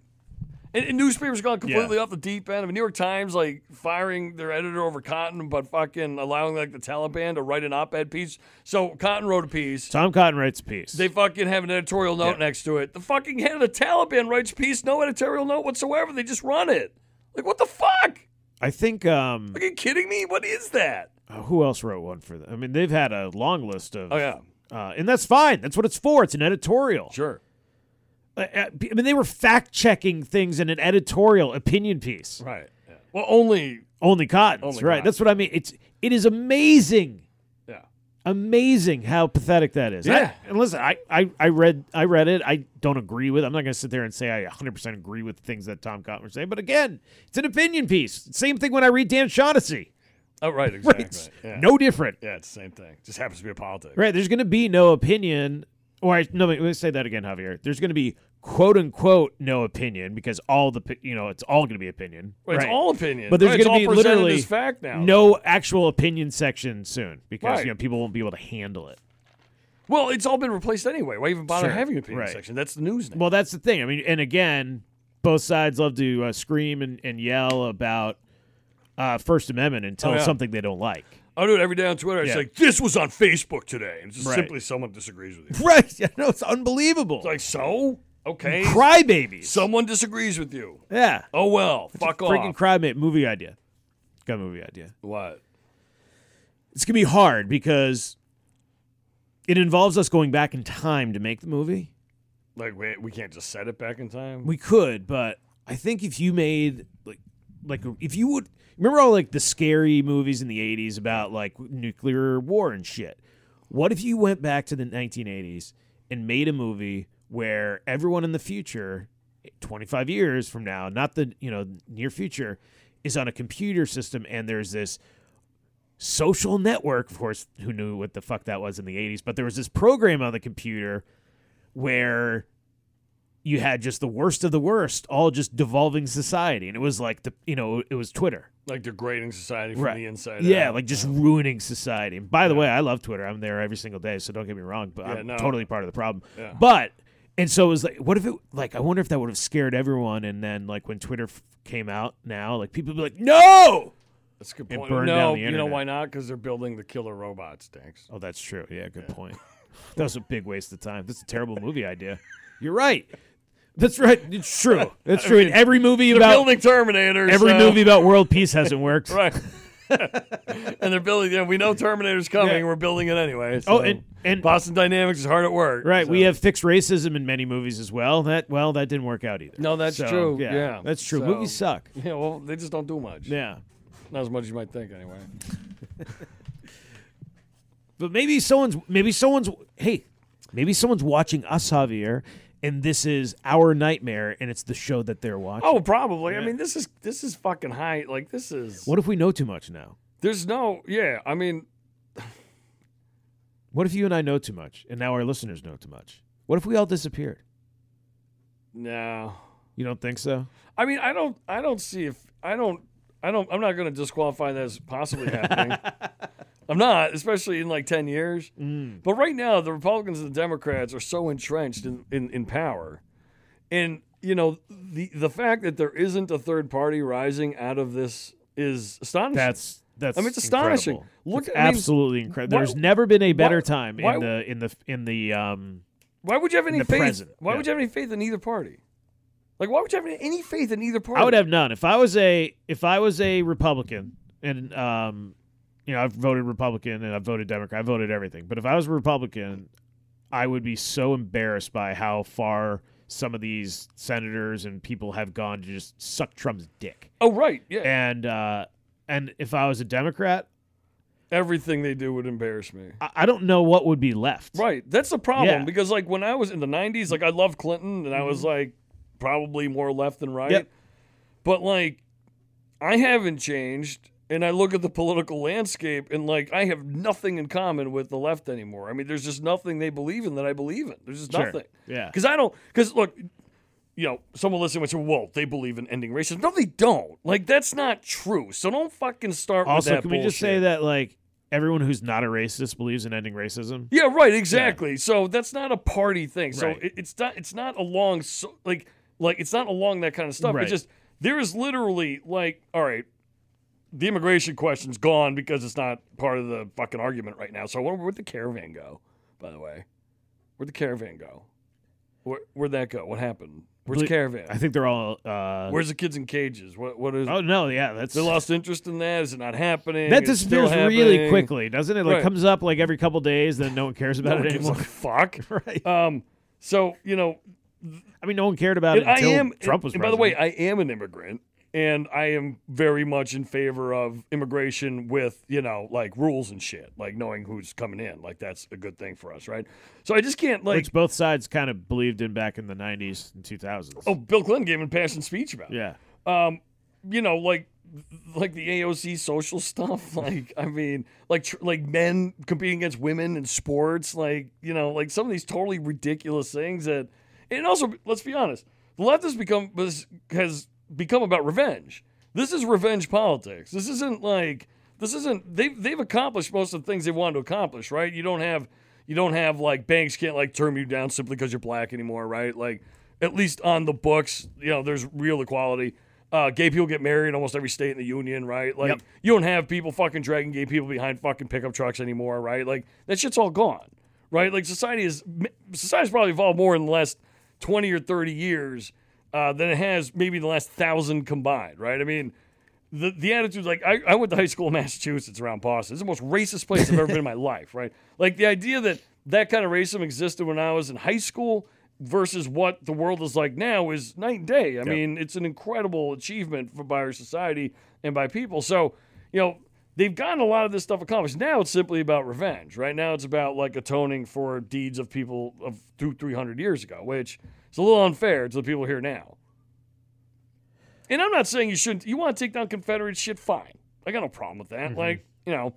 Speaker 1: and, and newspapers gone completely off the deep end. I mean, New York Times like firing their editor over Cotton, but fucking allowing like the Taliban to write an op-ed piece. So Cotton wrote a piece.
Speaker 3: Tom Cotton writes a piece.
Speaker 1: They fucking have an editorial note
Speaker 3: Yeah.
Speaker 1: next to it. The fucking head of the Taliban writes piece, no editorial note whatsoever. They just run it. Like, what the fuck?
Speaker 3: I think um,
Speaker 1: Are you kidding me? What is that?
Speaker 3: uh, who else wrote one for them? I mean, they've had a long list of.
Speaker 1: Oh, yeah.
Speaker 3: Uh, and that's fine. That's what it's for. It's an editorial.
Speaker 1: Sure.
Speaker 3: Uh, uh, I mean, they were fact checking things in an editorial opinion piece.
Speaker 1: Right. Yeah. Well, only.
Speaker 3: Only Cotton's
Speaker 1: Only
Speaker 3: right.
Speaker 1: Cotton.
Speaker 3: That's what I mean. It's it is amazing.
Speaker 1: Yeah.
Speaker 3: amazing how pathetic that is.
Speaker 1: Yeah.
Speaker 3: I- and listen, I, I, I read I read it. I don't agree with. I'm not going to sit there and say I 100% agree with things that Tom Cotton was saying. But again, it's an opinion piece. Same thing when I read Dan Shaughnessy.
Speaker 1: Oh, right. Exactly.
Speaker 3: Right? It's
Speaker 1: Yeah.
Speaker 3: No different.
Speaker 1: Yeah, it's the same thing. Just happens to be a politic.
Speaker 3: Right. There's going to be no opinion. Or I, no, wait, let's say that again, Javier. There's going to be quote unquote no opinion because all the pi- you know it's all going to be opinion.
Speaker 1: Well, It's
Speaker 3: Right.
Speaker 1: all opinion.
Speaker 3: But there's
Speaker 1: right, it's
Speaker 3: going to
Speaker 1: all
Speaker 3: be
Speaker 1: presented
Speaker 3: literally
Speaker 1: as fact now.
Speaker 3: no actual opinion section soon because
Speaker 1: Right.
Speaker 3: you know people won't be able to handle it.
Speaker 1: Well, it's all been replaced anyway. Why even bother
Speaker 3: Sure.
Speaker 1: having an opinion
Speaker 3: Right.
Speaker 1: section? That's the news now.
Speaker 3: Well, that's the thing. I mean, and again, both sides love to uh, scream and, and yell about uh, First Amendment until
Speaker 1: Oh, yeah.
Speaker 3: something they don't like.
Speaker 1: I do it every day on Twitter. It's
Speaker 3: Yeah.
Speaker 1: like this was on Facebook today, and it's just
Speaker 3: Right.
Speaker 1: simply someone disagrees with you. It's
Speaker 3: Right? Yeah, no, it's unbelievable.
Speaker 1: like so, okay,
Speaker 3: crybabies.
Speaker 1: someone disagrees with you.
Speaker 3: yeah,
Speaker 1: Oh well, fuck off.
Speaker 3: freaking crybaby movie idea. Got a movie idea.
Speaker 1: what?
Speaker 3: It's gonna be hard because it involves us going back in time to make the movie.
Speaker 1: Like we, we can't just set it back in time.
Speaker 3: We could, but I think if you made like like if you would remember all like the scary movies in the 80s about like nuclear war and shit. What if you went back to the 1980s and made a movie where everyone in the future 25 years from now, not the, you know, near future is on a computer system and there's this social network, of course, who knew what the fuck that was in the 80s, but there was this program on the computer where you had just the worst of the worst, all just devolving society, and it was like the you know it was Twitter,
Speaker 1: like degrading society from the inside.
Speaker 3: yeah,
Speaker 1: out.
Speaker 3: like just ruining society. And by the way, I love Twitter. I'm there every single day, so don't get me wrong, but I'm
Speaker 1: no.
Speaker 3: totally part of the problem.
Speaker 1: Yeah.
Speaker 3: But and so it was like, what if it like I wonder if that would have scared everyone, and then like when Twitter f- came out now, like people would be like, no.
Speaker 1: that's a good
Speaker 3: it
Speaker 1: point.
Speaker 3: burned
Speaker 1: no,
Speaker 3: down the
Speaker 1: you know
Speaker 3: internet.
Speaker 1: why not? Because they're building the killer robots. Thanks.
Speaker 3: Oh, that's true. Yeah, good point. That was a big waste of time. That's a terrible movie idea. You're right. That's right. It's true. That's true. In every movie
Speaker 1: They're
Speaker 3: about
Speaker 1: building Terminator.
Speaker 3: every
Speaker 1: so-
Speaker 3: movie about world peace hasn't worked.
Speaker 1: right? and they're building. Yeah, we know Terminator's coming.
Speaker 3: Yeah.
Speaker 1: We're building it anyway.
Speaker 3: Oh,
Speaker 1: so.
Speaker 3: and- and-
Speaker 1: Boston Dynamics is hard at work.
Speaker 3: Right.
Speaker 1: so.
Speaker 3: We have fixed racism in many movies as well. That well, that didn't work out either.
Speaker 1: No, that's
Speaker 3: So,
Speaker 1: true. Yeah.
Speaker 3: that's true.
Speaker 1: So-
Speaker 3: Movies suck.
Speaker 1: Yeah, well, they just don't do much.
Speaker 3: Yeah.
Speaker 1: Not as much as you might think, anyway.
Speaker 3: But maybe someone's maybe someone's hey, maybe someone's watching us, Javier, and this is our nightmare, and it's the show that they're watching.
Speaker 1: Oh, probably. I mean, this is this is fucking high. Like this is.
Speaker 3: What if we know too much now?
Speaker 1: There's no. Yeah, I mean,
Speaker 3: What if you and I know too much, and now our listeners know too much? What if we all disappeared?
Speaker 1: no.
Speaker 3: You don't think so?
Speaker 1: I mean, I don't. I don't see if I don't. I don't. I'm not going to disqualify that as possibly happening. I'm not, especially in like ten years.
Speaker 3: Mm.
Speaker 1: But right now, the Republicans and the Democrats are so entrenched in, in, in power, and you know the the fact that there isn't a third party rising out of this is astonishing.
Speaker 3: That's that's.
Speaker 1: I mean, it's astonishing.
Speaker 3: incredible.
Speaker 1: Look,
Speaker 3: It's
Speaker 1: I mean,
Speaker 3: absolutely incredible.
Speaker 1: why-
Speaker 3: There's never been a better
Speaker 1: why-
Speaker 3: time
Speaker 1: why-
Speaker 3: in the in the in the um.
Speaker 1: why would you have any
Speaker 3: the
Speaker 1: faith?
Speaker 3: present,
Speaker 1: Why
Speaker 3: yeah.
Speaker 1: would you have any faith in either party? Like, why would you have any- any faith in either party?
Speaker 3: I would have none if I was a if I was a Republican and um, you know I've voted Republican and I've voted Democrat. I voted everything, but if I was a Republican, I would be so embarrassed by how far some of these senators and people have gone to just suck Trump's dick.
Speaker 1: Oh, right. Yeah.
Speaker 3: And uh, and if I was a Democrat,
Speaker 1: Everything they do would embarrass me.
Speaker 3: I, I don't know what would be left.
Speaker 1: Right. That's the problem
Speaker 3: Yeah. Mm-hmm.
Speaker 1: because like when I was in the 90s, like I loved Clinton and I was like probably more left than right.
Speaker 3: Yep.
Speaker 1: But like I haven't changed and I look at the political landscape and like I have nothing in common with the left anymore. I mean, there's just nothing they believe in that I believe in. There's just
Speaker 3: Sure.
Speaker 1: nothing.
Speaker 3: Yeah.
Speaker 1: Cuz I don't cuz look, you know, someone listening would say, "Whoa, they believe in ending racism." No, they don't. Like that's not true. So don't fucking start with
Speaker 3: Also,
Speaker 1: that
Speaker 3: can we just say
Speaker 1: bullshit.
Speaker 3: that like everyone who's not a racist believes in ending racism?
Speaker 1: Yeah, right. Exactly. So that's not a party thing. So
Speaker 3: Right.
Speaker 1: it, it's not. It's not along. So, like, like it's not along that kind of stuff.
Speaker 3: Right.
Speaker 1: It's just there is literally like, all right, the immigration question's gone because it's not part of the fucking argument right now. So I wonder where'd the caravan go? By the way, where'd the caravan go? Where, where'd that go? What happened? Where's the
Speaker 3: Ble-
Speaker 1: caravan?
Speaker 3: I think they're all. Uh,
Speaker 1: Where's the kids in cages? What? What is?
Speaker 3: oh no, yeah, that's
Speaker 1: they lost interest in that? Is it not happening?
Speaker 3: That
Speaker 1: It's still
Speaker 3: disappears really
Speaker 1: happening?
Speaker 3: quickly, doesn't it? Like
Speaker 1: Right.
Speaker 3: comes up like every couple days, then no one cares
Speaker 1: No
Speaker 3: about
Speaker 1: one
Speaker 3: it
Speaker 1: gives a
Speaker 3: anymore.
Speaker 1: fuck.
Speaker 3: Right.
Speaker 1: Um. So you know,
Speaker 3: I mean, no one cared about it
Speaker 1: And
Speaker 3: until
Speaker 1: I am,
Speaker 3: Trump was.
Speaker 1: and by the way,
Speaker 3: president.
Speaker 1: I am an immigrant, and I am very much in favor of immigration with you know like rules and shit, like knowing who's coming in, like that's a good thing for us, right? So I just can't like.
Speaker 3: which both sides kind of believed in back in the '90s and 2000s.
Speaker 1: oh, Bill Clinton gave an impassioned speech about. it.
Speaker 3: yeah,
Speaker 1: Um, you know, like like the AOC social stuff. Like I mean, like tr- like men competing against women in sports. Like you know, like some of these totally ridiculous things that. And also, let's be honest, the left has become has, has become about revenge. This is revenge politics. This isn't like this isn't they've they've accomplished most of the things they wanted to accomplish, right? You don't have you don't have like banks can't like turn you down simply because you're black anymore, right? Like at least on the books, you know, there's real equality. Uh, gay people get married in almost every state in the union, right? Like
Speaker 3: Yep.
Speaker 1: you don't have people fucking dragging gay people behind fucking pickup trucks anymore, right? Like that shit's all gone, right? Like society is society's probably evolved more in the last twenty or thirty years uh, than it has maybe in the last thousand combined, right? I mean, the the attitude like I, I went to high school in Massachusetts around Boston. It's the most racist place I've ever been in my life, right? Like the idea that that kind of racism existed when I was in high school versus what the world is like now is night and day. I mean, it's an incredible achievement for, by our society and by people. So, you know, they've gotten a lot of this stuff accomplished. Now it's simply about revenge. Right now it's about like atoning for deeds of people of two, 300 years ago, which is a little unfair to the people here now. And I'm not saying you shouldn't. You want to take down Confederate shit? Fine. I got no problem with
Speaker 3: Mm-hmm.
Speaker 1: that. Like you know,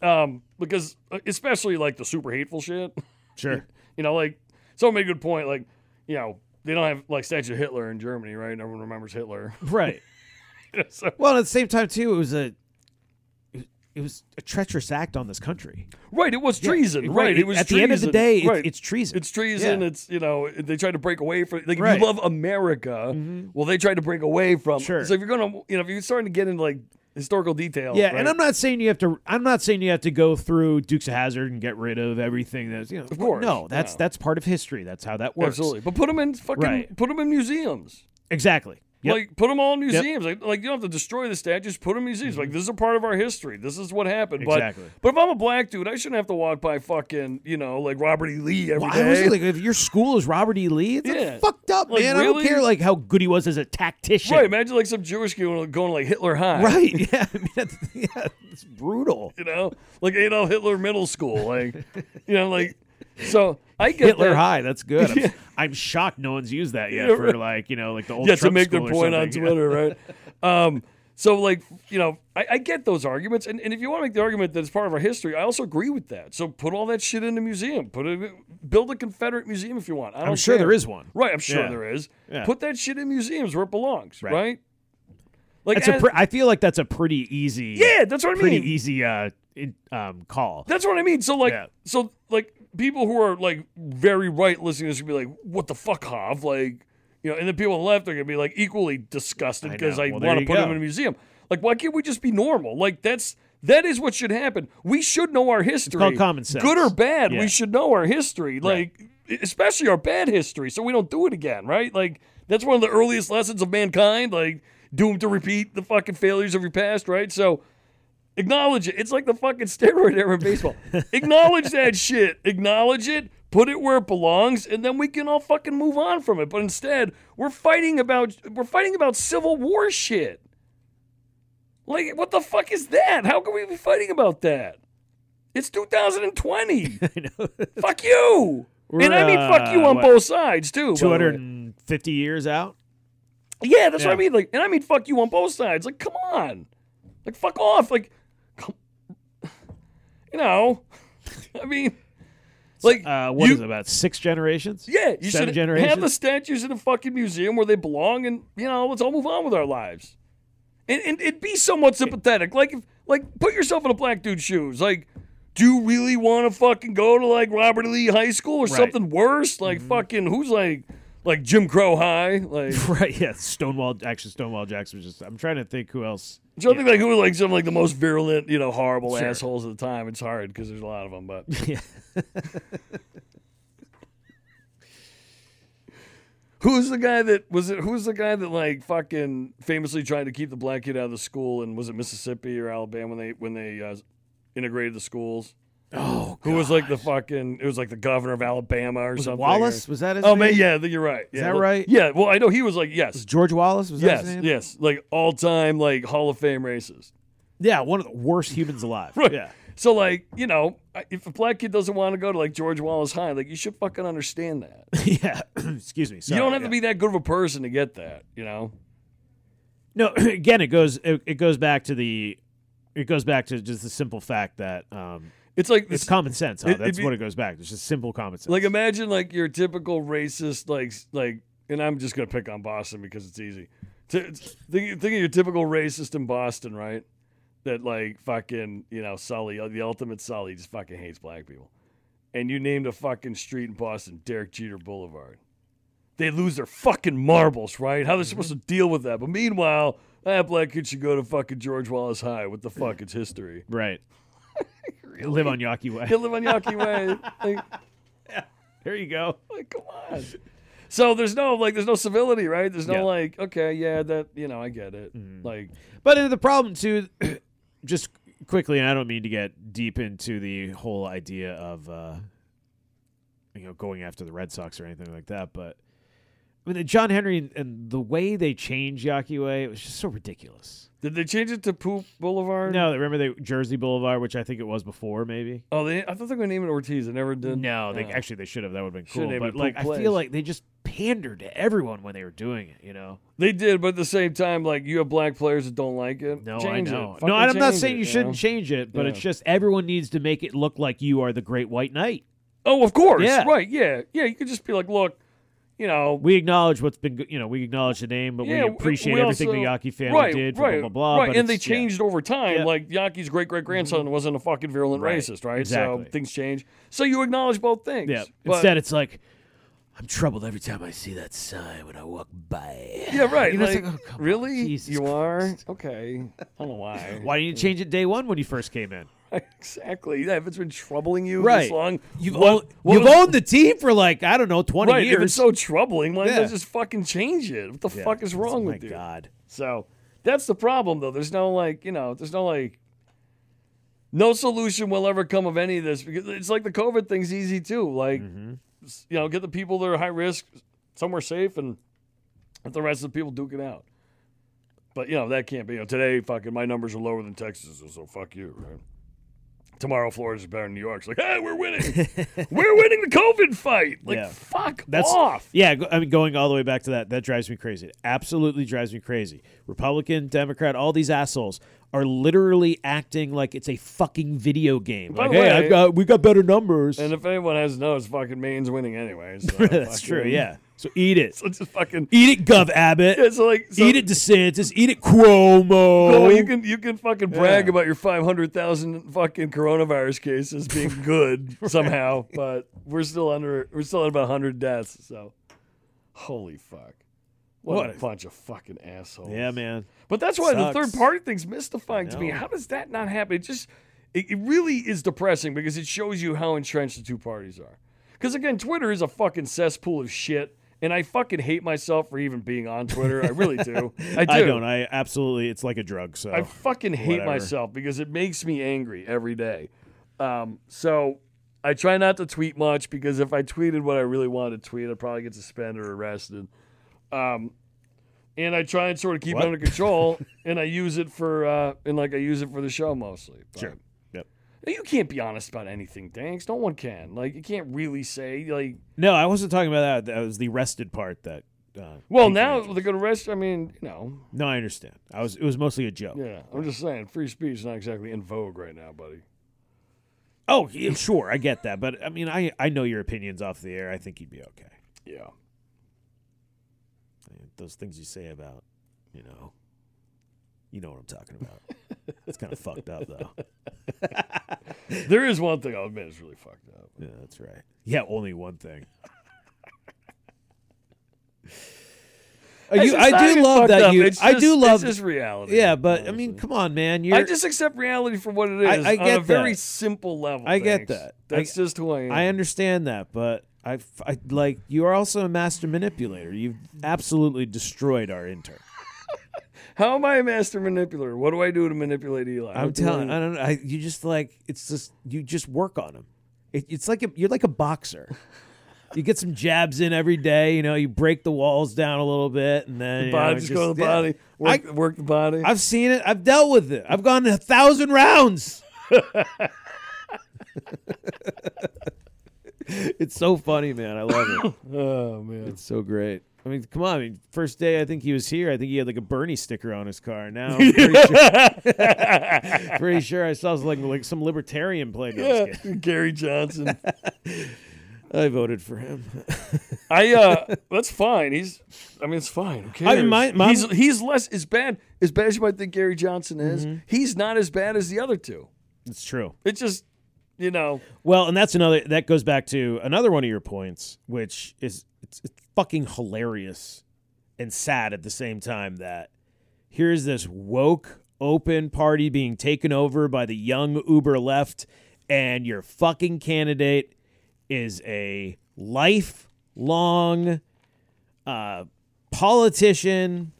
Speaker 1: um, because uh, especially like the super hateful shit.
Speaker 3: sure.
Speaker 1: You know, like someone made a good point. Like you know, they don't have like statue of Hitler in Germany, right? And everyone remembers Hitler.
Speaker 3: right.
Speaker 1: so,
Speaker 3: Well, at the same time, too, it was a it was a treacherous act on this country.
Speaker 1: right. It was treason. right. It was
Speaker 3: at the end of the
Speaker 1: treason,
Speaker 3: day, it's,
Speaker 1: right.
Speaker 3: it's treason.
Speaker 1: It's treason.
Speaker 3: Yeah.
Speaker 1: It's you know they tried to break away from like if
Speaker 3: Right. Mm-hmm.
Speaker 1: you love America, well they tried to break away from.
Speaker 3: Sure.
Speaker 1: So if you're gonna you know if you're starting to get into like historical detail.
Speaker 3: Yeah,
Speaker 1: right?
Speaker 3: and I'm not saying you have to. I'm not saying you have to go through Dukes of Hazard and get rid of everything that's you know. Of
Speaker 1: course,
Speaker 3: no, that's
Speaker 1: no.
Speaker 3: that's part of history. That's how that works.
Speaker 1: absolutely. But put them in fucking
Speaker 3: Right.
Speaker 1: put them in museums.
Speaker 3: exactly. Yep. Mm-hmm.
Speaker 1: Like put them all in museums. Like, like you don't have to destroy the statues. Put them in museums. Like this is a part of our history. This is what happened.
Speaker 3: Exactly.
Speaker 1: But but if I'm a black dude, I shouldn't have to walk by fucking you know like Robert E. Lee every day.
Speaker 3: Well, I was like, if your school is Robert E. Lee, it's like,
Speaker 1: Yeah.
Speaker 3: fucked up,
Speaker 1: Like,
Speaker 3: man. I
Speaker 1: really?
Speaker 3: don't care like how good he was as a tactician.
Speaker 1: right. Imagine like some Jewish kid going to like Hitler High.
Speaker 3: Right. Yeah. I mean, that's, yeah. It's brutal.
Speaker 1: You know, like Adolf Hitler Middle School. Like you know, like so I get
Speaker 3: Hitler
Speaker 1: that.
Speaker 3: High. That's good. I'm, I'm shocked no one's used that yet
Speaker 1: Yeah,
Speaker 3: for
Speaker 1: right.
Speaker 3: like you know like the old
Speaker 1: yeah, to
Speaker 3: Trump
Speaker 1: make their
Speaker 3: school or
Speaker 1: point on
Speaker 3: something, yeah.
Speaker 1: Twitter, right? Um, so like you know, I, I get those arguments, and, and if you want to make the argument that it's part of our history, I also agree with that. So put all that shit in the museum. Put it, build a Confederate museum if you want. I don't
Speaker 3: I'm sure
Speaker 1: care.
Speaker 3: there is one.
Speaker 1: Right, I'm sure
Speaker 3: Yeah.
Speaker 1: there is.
Speaker 3: Yeah.
Speaker 1: Put that shit in museums where it belongs, right?
Speaker 3: Right.
Speaker 1: Like,
Speaker 3: That's a
Speaker 1: as-
Speaker 3: pre- I feel like that's a pretty easy.
Speaker 1: yeah, that's what I
Speaker 3: Pretty
Speaker 1: mean.
Speaker 3: easy. Uh, in, um, call.
Speaker 1: That's what I mean. So like,
Speaker 3: Yeah.
Speaker 1: so like people who are like very right listening to this would be like, "What the fuck, Hav?" Like, you know, and then people on the left are gonna be like equally disgusted
Speaker 3: I
Speaker 1: because
Speaker 3: know.
Speaker 1: I,
Speaker 3: Well, there
Speaker 1: want to
Speaker 3: you
Speaker 1: put them
Speaker 3: go.
Speaker 1: in a museum. Like, why can't we just be normal? Like, that's that is what should happen. We should know our history.
Speaker 3: called common sense.
Speaker 1: Good or bad,
Speaker 3: Yeah.
Speaker 1: we should know our history. Like, e, especially our bad history, so we don't do it again. Right? Like, that's one of the earliest lessons of mankind. Like, doomed to repeat the fucking failures of your past. Right? So. Acknowledge it. It's like the fucking steroid era in baseball. Acknowledge that shit. Acknowledge it. Put it where it belongs, and then we can all fucking move on from it. But instead, we're fighting about we're fighting about Civil War shit. Like, what the fuck is that? How can we be fighting about that? It's 2020. fuck you. and I mean,
Speaker 3: We're,
Speaker 1: fuck you
Speaker 3: uh,
Speaker 1: on
Speaker 3: what,
Speaker 1: both sides too. by the way.
Speaker 3: 250 years out.
Speaker 1: Yeah, that's what I
Speaker 3: Yeah.
Speaker 1: mean. Like, and I mean, fuck you on both sides. Like, come on, like, fuck off. Like, come, you know, I mean, like,
Speaker 3: Uh, what is
Speaker 1: you-
Speaker 3: it, about six generations?
Speaker 1: Yeah, you should
Speaker 3: seven
Speaker 1: have
Speaker 3: generations?
Speaker 1: the statues in a fucking museum where they belong, and you know, let's all move on with our lives. And and, and be somewhat sympathetic. Like, if, like, put yourself in a black dude's shoes. Like, do you really want to fucking go to like Robert E. Lee High School or
Speaker 3: Right. Mm-hmm.
Speaker 1: something worse? Like, fucking, who's like, like Jim Crow High? Like.
Speaker 3: Right. Yeah. Stonewall. Actually, Stonewall Jackson was just. I'm trying to think who else.
Speaker 1: So I think like who were like some like the most virulent, you know, horrible
Speaker 3: Sure.
Speaker 1: assholes at the time. It's hard because there's a lot of them, but
Speaker 3: Yeah.
Speaker 1: who's the guy that was it? Who's the guy that like fucking famously tried to keep the black kid out of the school? And was it Mississippi or Alabama when they when they uh, integrated the schools?
Speaker 3: Oh,
Speaker 1: Who was like the fucking? It was like the governor of Alabama or something. or-
Speaker 3: Wallace? Was that his
Speaker 1: oh
Speaker 3: name?
Speaker 1: man, yeah, I think you're right. Is yeah,
Speaker 3: that
Speaker 1: like-
Speaker 3: right?
Speaker 1: Yeah. Well, I know he was like yes,
Speaker 3: Was George Wallace? Was that
Speaker 1: yes,
Speaker 3: his name?
Speaker 1: yes, like all time like Hall of Fame racist.
Speaker 3: Yeah, one of the worst humans alive.
Speaker 1: Right.
Speaker 3: Yeah.
Speaker 1: So like you know, if a black kid doesn't want to go to like George Wallace High, like you should fucking understand that.
Speaker 3: yeah. Excuse me.
Speaker 1: you
Speaker 3: Sorry.
Speaker 1: don't have
Speaker 3: Yeah.
Speaker 1: to be that good of a person to get that, you know.
Speaker 3: No, again, it goes it, it goes back to the it goes back to just the simple fact that um,
Speaker 1: It's like
Speaker 3: it's
Speaker 1: this.
Speaker 3: common sense. Huh?
Speaker 1: it-
Speaker 3: That's
Speaker 1: if you-
Speaker 3: what it goes back. to. It's just simple common sense.
Speaker 1: like imagine like your typical racist, like like, and I'm just gonna pick on Boston because it's easy. T- think, think of your typical racist in Boston, right? That like fucking you know Sully, uh, the ultimate Sully, just fucking hates black people. And you named a fucking street in Boston, Derek Jeter Boulevard. They lose their fucking marbles, right? How they're supposed to deal with that? But meanwhile, that black kid should go to fucking George Wallace High. What the fuck? It's history.
Speaker 3: right. Live on Yaki Way.
Speaker 1: You live on Yaki Way. Like,
Speaker 3: There you go.
Speaker 1: like, come on. So there's no like, there's no civility, right? There's no
Speaker 3: Yeah.
Speaker 1: like, okay, yeah, that you know, I get it. Like,
Speaker 3: But uh, the problem too, just quickly, and I don't mean to get deep into the whole idea of uh, you know going after the Red Sox or anything like that, but I mean the John Henry and, and the way they changed Yaki Way, it was just so ridiculous.
Speaker 1: did they change it to Poop Boulevard?
Speaker 3: No, remember they Jersey Boulevard, which I think it was before, maybe.
Speaker 1: Oh, they, I thought they were naming it Ortiz. They never did.
Speaker 3: No, they
Speaker 1: Oh.
Speaker 3: actually they should have. That would have been
Speaker 1: Should
Speaker 3: cool.
Speaker 1: have
Speaker 3: But
Speaker 1: been
Speaker 3: like,
Speaker 1: cool
Speaker 3: I
Speaker 1: plays.
Speaker 3: feel like they just pandered to everyone when they were doing it. You know?
Speaker 1: They did, but at the same time, like you have black players that don't like it.
Speaker 3: No,
Speaker 1: change
Speaker 3: I know.
Speaker 1: It.
Speaker 3: No,
Speaker 1: Fucking
Speaker 3: and I'm not
Speaker 1: change
Speaker 3: saying
Speaker 1: it,
Speaker 3: you shouldn't change it, but it's
Speaker 1: Yeah.
Speaker 3: just everyone needs to make it look like you are the Great White Knight.
Speaker 1: know? Oh, of course.
Speaker 3: Yeah.
Speaker 1: Right. Yeah. Yeah. You could just be like, look, you know,
Speaker 3: We acknowledge what's been, go- you know, we acknowledge the name, but
Speaker 1: Yeah,
Speaker 3: we
Speaker 1: w-
Speaker 3: appreciate
Speaker 1: we
Speaker 3: everything the
Speaker 1: also-
Speaker 3: Yaki family did.
Speaker 1: right,
Speaker 3: blah blah blah.
Speaker 1: right.
Speaker 3: but
Speaker 1: and they
Speaker 3: it's- yeah.
Speaker 1: changed over time.
Speaker 3: Yeah. Mm-hmm.
Speaker 1: Like Yaki's great great grandson wasn't a fucking virulent
Speaker 3: Right,
Speaker 1: racist, right? So
Speaker 3: exactly.
Speaker 1: things change. So you acknowledge both things.
Speaker 3: Yeah.
Speaker 1: But-
Speaker 3: Instead, it's like I'm troubled every time I see that sign when I walk by.
Speaker 1: Yeah, right.
Speaker 4: You know, it's
Speaker 1: like,
Speaker 4: like, oh, come on,
Speaker 1: really?
Speaker 4: Jesus
Speaker 1: you are? Okay. I don't know why.
Speaker 4: Why didn't you change it day one when you first came in?
Speaker 1: Exactly. Yeah, if it's been troubling you
Speaker 3: Right.
Speaker 1: this long,
Speaker 3: You've,
Speaker 1: what-
Speaker 3: own-
Speaker 1: what
Speaker 3: you've
Speaker 1: is-
Speaker 3: owned the team for like I don't know 20
Speaker 1: right,
Speaker 3: years.
Speaker 1: if it's so troubling, why
Speaker 3: Yeah.
Speaker 1: not just fucking change it? What the
Speaker 3: Yeah. Oh
Speaker 1: fuck is wrong
Speaker 3: my
Speaker 1: with you?
Speaker 3: God.
Speaker 1: So that's the problem, though. There's no like, you know, there's no like, no solution will ever come of any of this because it's like the COVID thing's easy too. Like,
Speaker 3: Mm-hmm.
Speaker 1: s- you know, get the people that are high risk somewhere safe, and let the rest of the people duke it out. But you know that can't be. You know, today, fucking, my numbers are lower than Texas, so fuck you, right? Tomorrow, Florida's better than New York's. Like, hey, we're winning. we're winning the COVID fight. Like,
Speaker 3: Yeah.
Speaker 1: fuck
Speaker 3: That's
Speaker 1: off.
Speaker 3: Yeah, go- I mean, going all the way back to that, that drives me crazy. It absolutely drives me crazy. Republican, Democrat, all these assholes are literally acting like it's a fucking video game.
Speaker 1: By
Speaker 3: Like,
Speaker 1: the
Speaker 3: hey,
Speaker 1: way-
Speaker 3: I've got, we got better numbers.
Speaker 1: And if anyone has no, it's fucking Maine's winning anyway. So
Speaker 3: That's
Speaker 1: fuck
Speaker 3: true.
Speaker 1: it.
Speaker 3: Yeah. So eat it.
Speaker 1: So just fucking
Speaker 3: Eat it, Gov Abbott.
Speaker 1: yeah, so like so,
Speaker 3: eat it, DeSantis. Eat it, Cuomo.
Speaker 1: so you can you can fucking brag
Speaker 3: Yeah.
Speaker 1: about your five hundred thousand fucking coronavirus cases being good somehow, but we're still under we're still at about hundred deaths. So holy fuck, what,
Speaker 3: What
Speaker 1: a
Speaker 3: a-
Speaker 1: bunch of fucking assholes.
Speaker 3: yeah, man.
Speaker 1: But that's why the
Speaker 3: Sucks.
Speaker 1: third party thing's mystifying to me.
Speaker 3: know.
Speaker 1: How does that not happen? It just it, it really is depressing because it shows you how entrenched the two parties are. Because again, Twitter is a fucking cesspool of shit, and I fucking hate myself for even being on Twitter. I really do. I do.
Speaker 3: I don't. I absolutely. It's like a drug. So
Speaker 1: I fucking hate
Speaker 3: Oh, whatever.
Speaker 1: myself because it makes me angry every day. Um, so I try not to tweet much because if I tweeted what I really wanted to tweet, I'd probably get suspended or arrested. Um, and I try and sort of keep
Speaker 3: What?
Speaker 1: it under control, and I use it for uh, and like I use it for the show mostly. But-
Speaker 3: Sure. Yep.
Speaker 1: You can't be honest about anything, thanks. No one can. Like you can't really say like.
Speaker 3: No, I wasn't talking about that. That was the rested part that. Uh,
Speaker 1: Well,
Speaker 3: piqued
Speaker 1: now
Speaker 3: me.
Speaker 1: they're gonna arrest. I mean, you know,
Speaker 3: No, I understand. I was. It was mostly a joke.
Speaker 1: yeah. I'm just saying, free speech is not exactly in vogue right now, buddy.
Speaker 3: Oh, yeah, sure, I get that, but I mean, I I know your opinions off the air. I think you'd be okay.
Speaker 1: Yeah.
Speaker 3: I mean, Those things you say about, you know, you know what I'm talking about. it's kind of fucked up, though.
Speaker 1: There is one thing I'll admit is really fucked up.
Speaker 3: Yeah, that's right. Yeah, only one thing. Uh,
Speaker 1: It's
Speaker 3: you,
Speaker 1: just not
Speaker 3: I do
Speaker 1: even
Speaker 3: love
Speaker 1: fucked
Speaker 3: that
Speaker 1: up.
Speaker 3: you.
Speaker 1: It's
Speaker 3: I
Speaker 1: just-
Speaker 3: do love.
Speaker 1: It's just reality.
Speaker 3: yeah, but I mean, come on, man. You're.
Speaker 1: I just accept reality for what it
Speaker 3: I-
Speaker 1: is
Speaker 3: I
Speaker 1: on
Speaker 3: get
Speaker 1: a very
Speaker 3: that.
Speaker 1: simple level.
Speaker 3: I
Speaker 1: thanks.
Speaker 3: get that. I-
Speaker 1: That's just who I am.
Speaker 3: I understand that, but I, f- I- like you are also a master manipulator. You've absolutely destroyed our intern.
Speaker 1: How am I a master manipulator? What do I do to manipulate Eli?
Speaker 3: I'm
Speaker 1: What do
Speaker 3: telling.
Speaker 1: I,
Speaker 3: I don't. know. I, you just like it's just you just work on him. It, it's like a, you're like a boxer. You get some jabs in every day. You know, you break the walls down a little bit, and then you know,
Speaker 1: body, just, go to the
Speaker 3: yeah.
Speaker 1: body. Work,
Speaker 3: I-
Speaker 1: work the body.
Speaker 3: I've seen it. I've dealt with it. I've gone a thousand rounds. it's so funny, man. I love it.
Speaker 1: oh man.
Speaker 3: It's so great. I mean, come on. I mean, first day I think he was here, I think he had like a Bernie sticker on his car. Now I'm pretty, sure, pretty sure I saw like, like some libertarian play. No, I'm just kidding.
Speaker 1: Gary Johnson.
Speaker 3: I voted for him.
Speaker 1: I uh that's fine. He's I mean it's fine. Who
Speaker 3: I
Speaker 1: cares?
Speaker 3: mean, my- my-
Speaker 1: he's he's less as bad as bad as you might think Gary Johnson is.
Speaker 3: Mm-hmm.
Speaker 1: He's not as bad as the other two.
Speaker 3: It's true.
Speaker 1: It's just you know
Speaker 3: Well, and that's another that goes back to another one of your points, which is it's, it's fucking hilarious and sad at the same time that here's this woke open party being taken over by the young Uber left and your fucking candidate is a lifelong uh, politician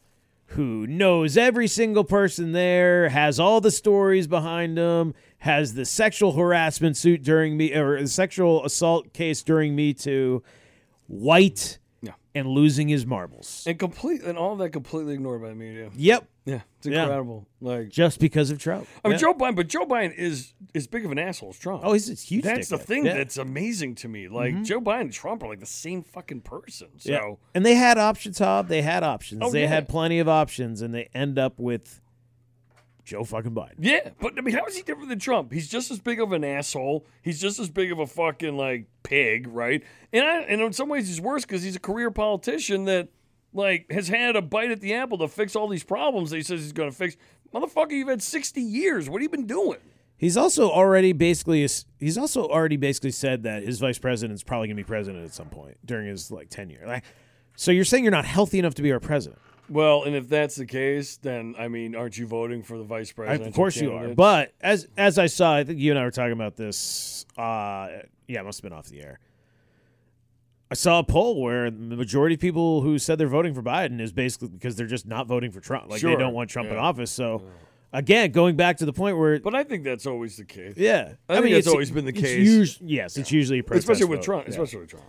Speaker 3: who knows every single person there, has all the stories behind him, has the sexual harassment suit during me or the sexual assault case during Me Too, white
Speaker 1: Yeah.
Speaker 3: and losing his marbles.
Speaker 1: and complete and all that completely ignored by the media.
Speaker 3: Yep,
Speaker 1: Yeah, it's
Speaker 3: Yeah.
Speaker 1: incredible. Like
Speaker 3: just because of Trump.
Speaker 1: I mean,
Speaker 3: Yeah.
Speaker 1: Joe Biden, but Joe Biden is as big of an asshole as Trump.
Speaker 3: Oh, he's a huge.
Speaker 1: that's the
Speaker 3: dickhead.
Speaker 1: thing
Speaker 3: Yeah. Mm-hmm.
Speaker 1: that's amazing to me. Like Joe Biden and Trump are like the same fucking person. So
Speaker 3: Yeah. And they had options, Hob. They had options.
Speaker 1: Oh,
Speaker 3: they
Speaker 1: yeah.
Speaker 3: had plenty of options, and they end up with Joe fucking Biden.
Speaker 1: yeah, but I mean, how is he different than Trump? He's just as big of an asshole. He's just as big of a fucking like pig, right? And I, and in some ways he's worse because he's a career politician that like has had a bite at the apple to fix all these problems that he says he's going to fix. Motherfucker, you've had sixty years. What have you been doing?
Speaker 3: He's also already basically he's also already basically said that his vice president's probably going to be president at some point during his like tenure. Like, so you're saying you're not healthy enough to be our president?
Speaker 1: Well, and if that's the case, then I mean, aren't you voting for the vice
Speaker 3: I-
Speaker 1: president?
Speaker 3: of course you are. But as as I saw, I think you and I were talking about this. Uh, yeah, it must have been off the air. I saw a poll where the majority of people who said they're voting for Biden is basically because they're just not voting for Trump. Like they
Speaker 1: Sure.
Speaker 3: don't want Trump in
Speaker 1: Yeah.
Speaker 3: office. So again, going back to the point where
Speaker 1: but I think that's always the case,
Speaker 3: yeah,
Speaker 1: I think that's
Speaker 3: it's-
Speaker 1: always been the
Speaker 3: it's
Speaker 1: case.
Speaker 3: usu- yes, it's usually a protest
Speaker 1: especially with
Speaker 3: vote.
Speaker 1: Trump.
Speaker 3: Yeah.
Speaker 1: Especially with Trump.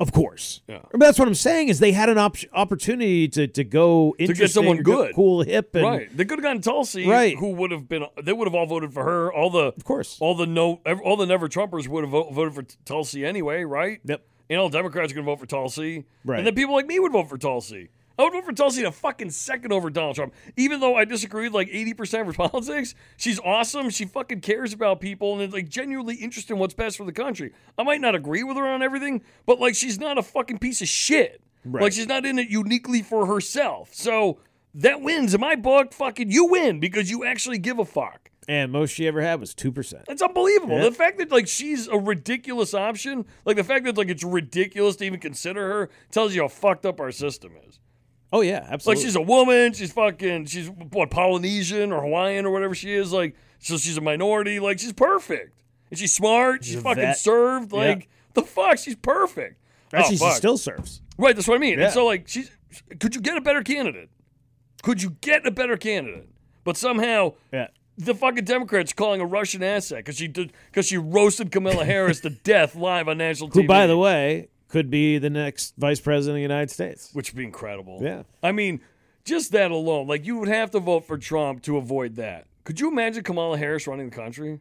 Speaker 3: Of course.
Speaker 1: Yeah.
Speaker 3: But that's what I'm saying is they had an op- opportunity to, to go to
Speaker 1: someone good.
Speaker 3: cool, hip, and
Speaker 1: right. They could have gotten Tulsi,
Speaker 3: Right.
Speaker 1: who would have been, they would have all voted for her. All the,
Speaker 3: of course.
Speaker 1: all the no, ev- all the never Trumpers would have vo- voted for T- Tulsi anyway, right?
Speaker 3: Yep.
Speaker 1: And all Democrats are going to vote for Tulsi.
Speaker 3: Right.
Speaker 1: And then people like me would vote for Tulsi. I would vote for Tulsi in a fucking second over Donald Trump. Even though I disagree with like 80% of her politics, she's awesome. She fucking cares about people and is like genuinely interested in what's best for the country. I might not agree with her on everything, but like she's not a fucking piece of shit.
Speaker 3: Right.
Speaker 1: Like she's not in it uniquely for herself. So that wins in my book. Fucking you win because you actually give a fuck.
Speaker 3: And most she ever had was two percent.
Speaker 1: It's unbelievable.
Speaker 3: Yeah.
Speaker 1: The fact that like she's a ridiculous option, like the fact that like it's ridiculous to even consider her, tells you how fucked up our system is.
Speaker 3: Oh yeah,
Speaker 1: Like
Speaker 3: absolutely.
Speaker 1: she's a woman, she's fucking, she's what Polynesian or Hawaiian or whatever she is. Like so, she's a minority. Like she's perfect, and she's smart. She's,
Speaker 3: a
Speaker 1: fucking
Speaker 3: vet.
Speaker 1: served.
Speaker 3: Yeah.
Speaker 1: Like the fuck, she's perfect.
Speaker 3: Actually,
Speaker 1: oh,
Speaker 3: she
Speaker 1: fuck.
Speaker 3: still serves.
Speaker 1: right. That's what I mean.
Speaker 3: Yeah.
Speaker 1: And so like she's, could you get a better candidate? Could you get a better candidate? But somehow
Speaker 3: Yeah.
Speaker 1: the fucking Democrats calling a Russian asset because she did because she roasted Kamala Harris to death live on national TV.
Speaker 3: Who, by the way, could be the next vice president of the United States.
Speaker 1: which would be incredible.
Speaker 3: Yeah.
Speaker 1: I mean, just that alone, like you would have to vote for Trump to avoid that. Could you imagine Kamala Harris running the country?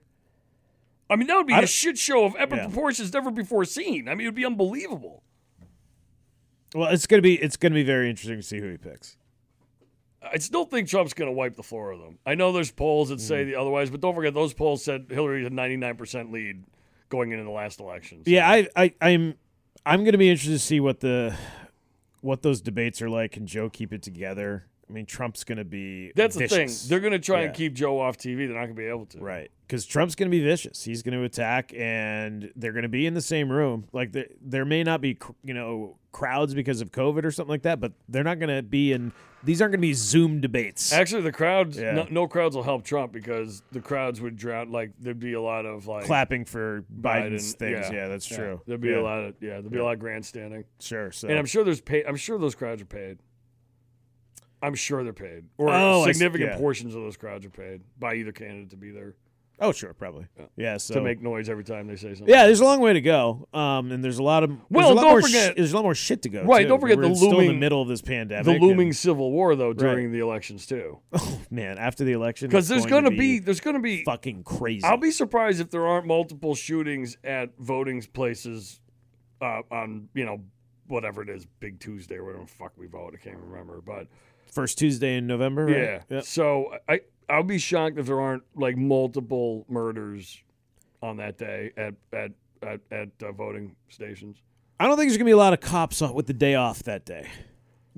Speaker 1: I mean, that would be a
Speaker 3: don't-
Speaker 1: shit show of epic
Speaker 3: Yeah.
Speaker 1: proportions never before seen. I mean, it would be unbelievable.
Speaker 3: Well, it's gonna be it's gonna be very interesting to see who he picks.
Speaker 1: I still think Trump's going to wipe the floor with them. I know there's polls that
Speaker 3: Mm.
Speaker 1: say the otherwise, but don't forget those polls said Hillary had 99% lead going into the last election. So-
Speaker 3: Yeah, I, I I'm I'm gonna be interested to see what the what those debates are like. Can Joe keep it together? I mean, Trump's gonna be
Speaker 1: That's
Speaker 3: vicious.
Speaker 1: the thing. They're going to try
Speaker 3: Yeah.
Speaker 1: and keep Joe off TV. They're not going to be able to.
Speaker 3: Right. Because Trump's going to be vicious. He's going to attack, and they're going to be in the same room. Like there, there may not be, cr- you know, crowds because of COVID or something like that, but they're not going to be in. These aren't going to be Zoom debates.
Speaker 1: Actually, the crowds,
Speaker 3: Yeah.
Speaker 1: no, no crowds will help Trump because the crowds would drown. Like there'd be a lot of like
Speaker 3: Clapping for Biden's
Speaker 1: Biden-
Speaker 3: things. Yeah, that's true.
Speaker 1: There'd be
Speaker 3: Yeah,
Speaker 1: a lot of yeah. There'd be a lot of grandstanding,
Speaker 3: Sure. So
Speaker 1: and I'm sure there's pay. I'm sure those crowds are paid. I'm sure they're paid, or
Speaker 3: Oh, I s-
Speaker 1: significant
Speaker 3: yeah.
Speaker 1: portions of those crowds are paid by either candidate to be there
Speaker 3: oh, sure, probably. Yeah. so
Speaker 1: to make noise every time they say something.
Speaker 3: yeah, there's a long way to go. Um, and there's a lot of there's
Speaker 1: Well,
Speaker 3: a lot
Speaker 1: don't
Speaker 3: more
Speaker 1: forget-
Speaker 3: there's a lot more shit to go.
Speaker 1: Right,
Speaker 3: too.
Speaker 1: don't forget
Speaker 3: We're
Speaker 1: the
Speaker 3: still in the
Speaker 1: looming-
Speaker 3: middle of this pandemic.
Speaker 1: The looming
Speaker 3: and- oh,
Speaker 1: civil war though during the elections too,
Speaker 3: man after the election
Speaker 1: because
Speaker 3: it's
Speaker 1: there's
Speaker 3: going to
Speaker 1: be there's gonna be
Speaker 3: fucking crazy.
Speaker 1: I'll be surprised if there aren't multiple shootings at voting places uh, on, you know, whatever it is, Big Tuesday or whatever the fuck we vote. I can't remember. But
Speaker 3: First Tuesday in November. Right?
Speaker 1: yeah.
Speaker 3: Yep.
Speaker 1: So I, I'll be shocked if there aren't like multiple murders on that day at, at, at, at uh, voting stations.
Speaker 3: I don't think there's gonna be a lot of cops on- with the day off that day.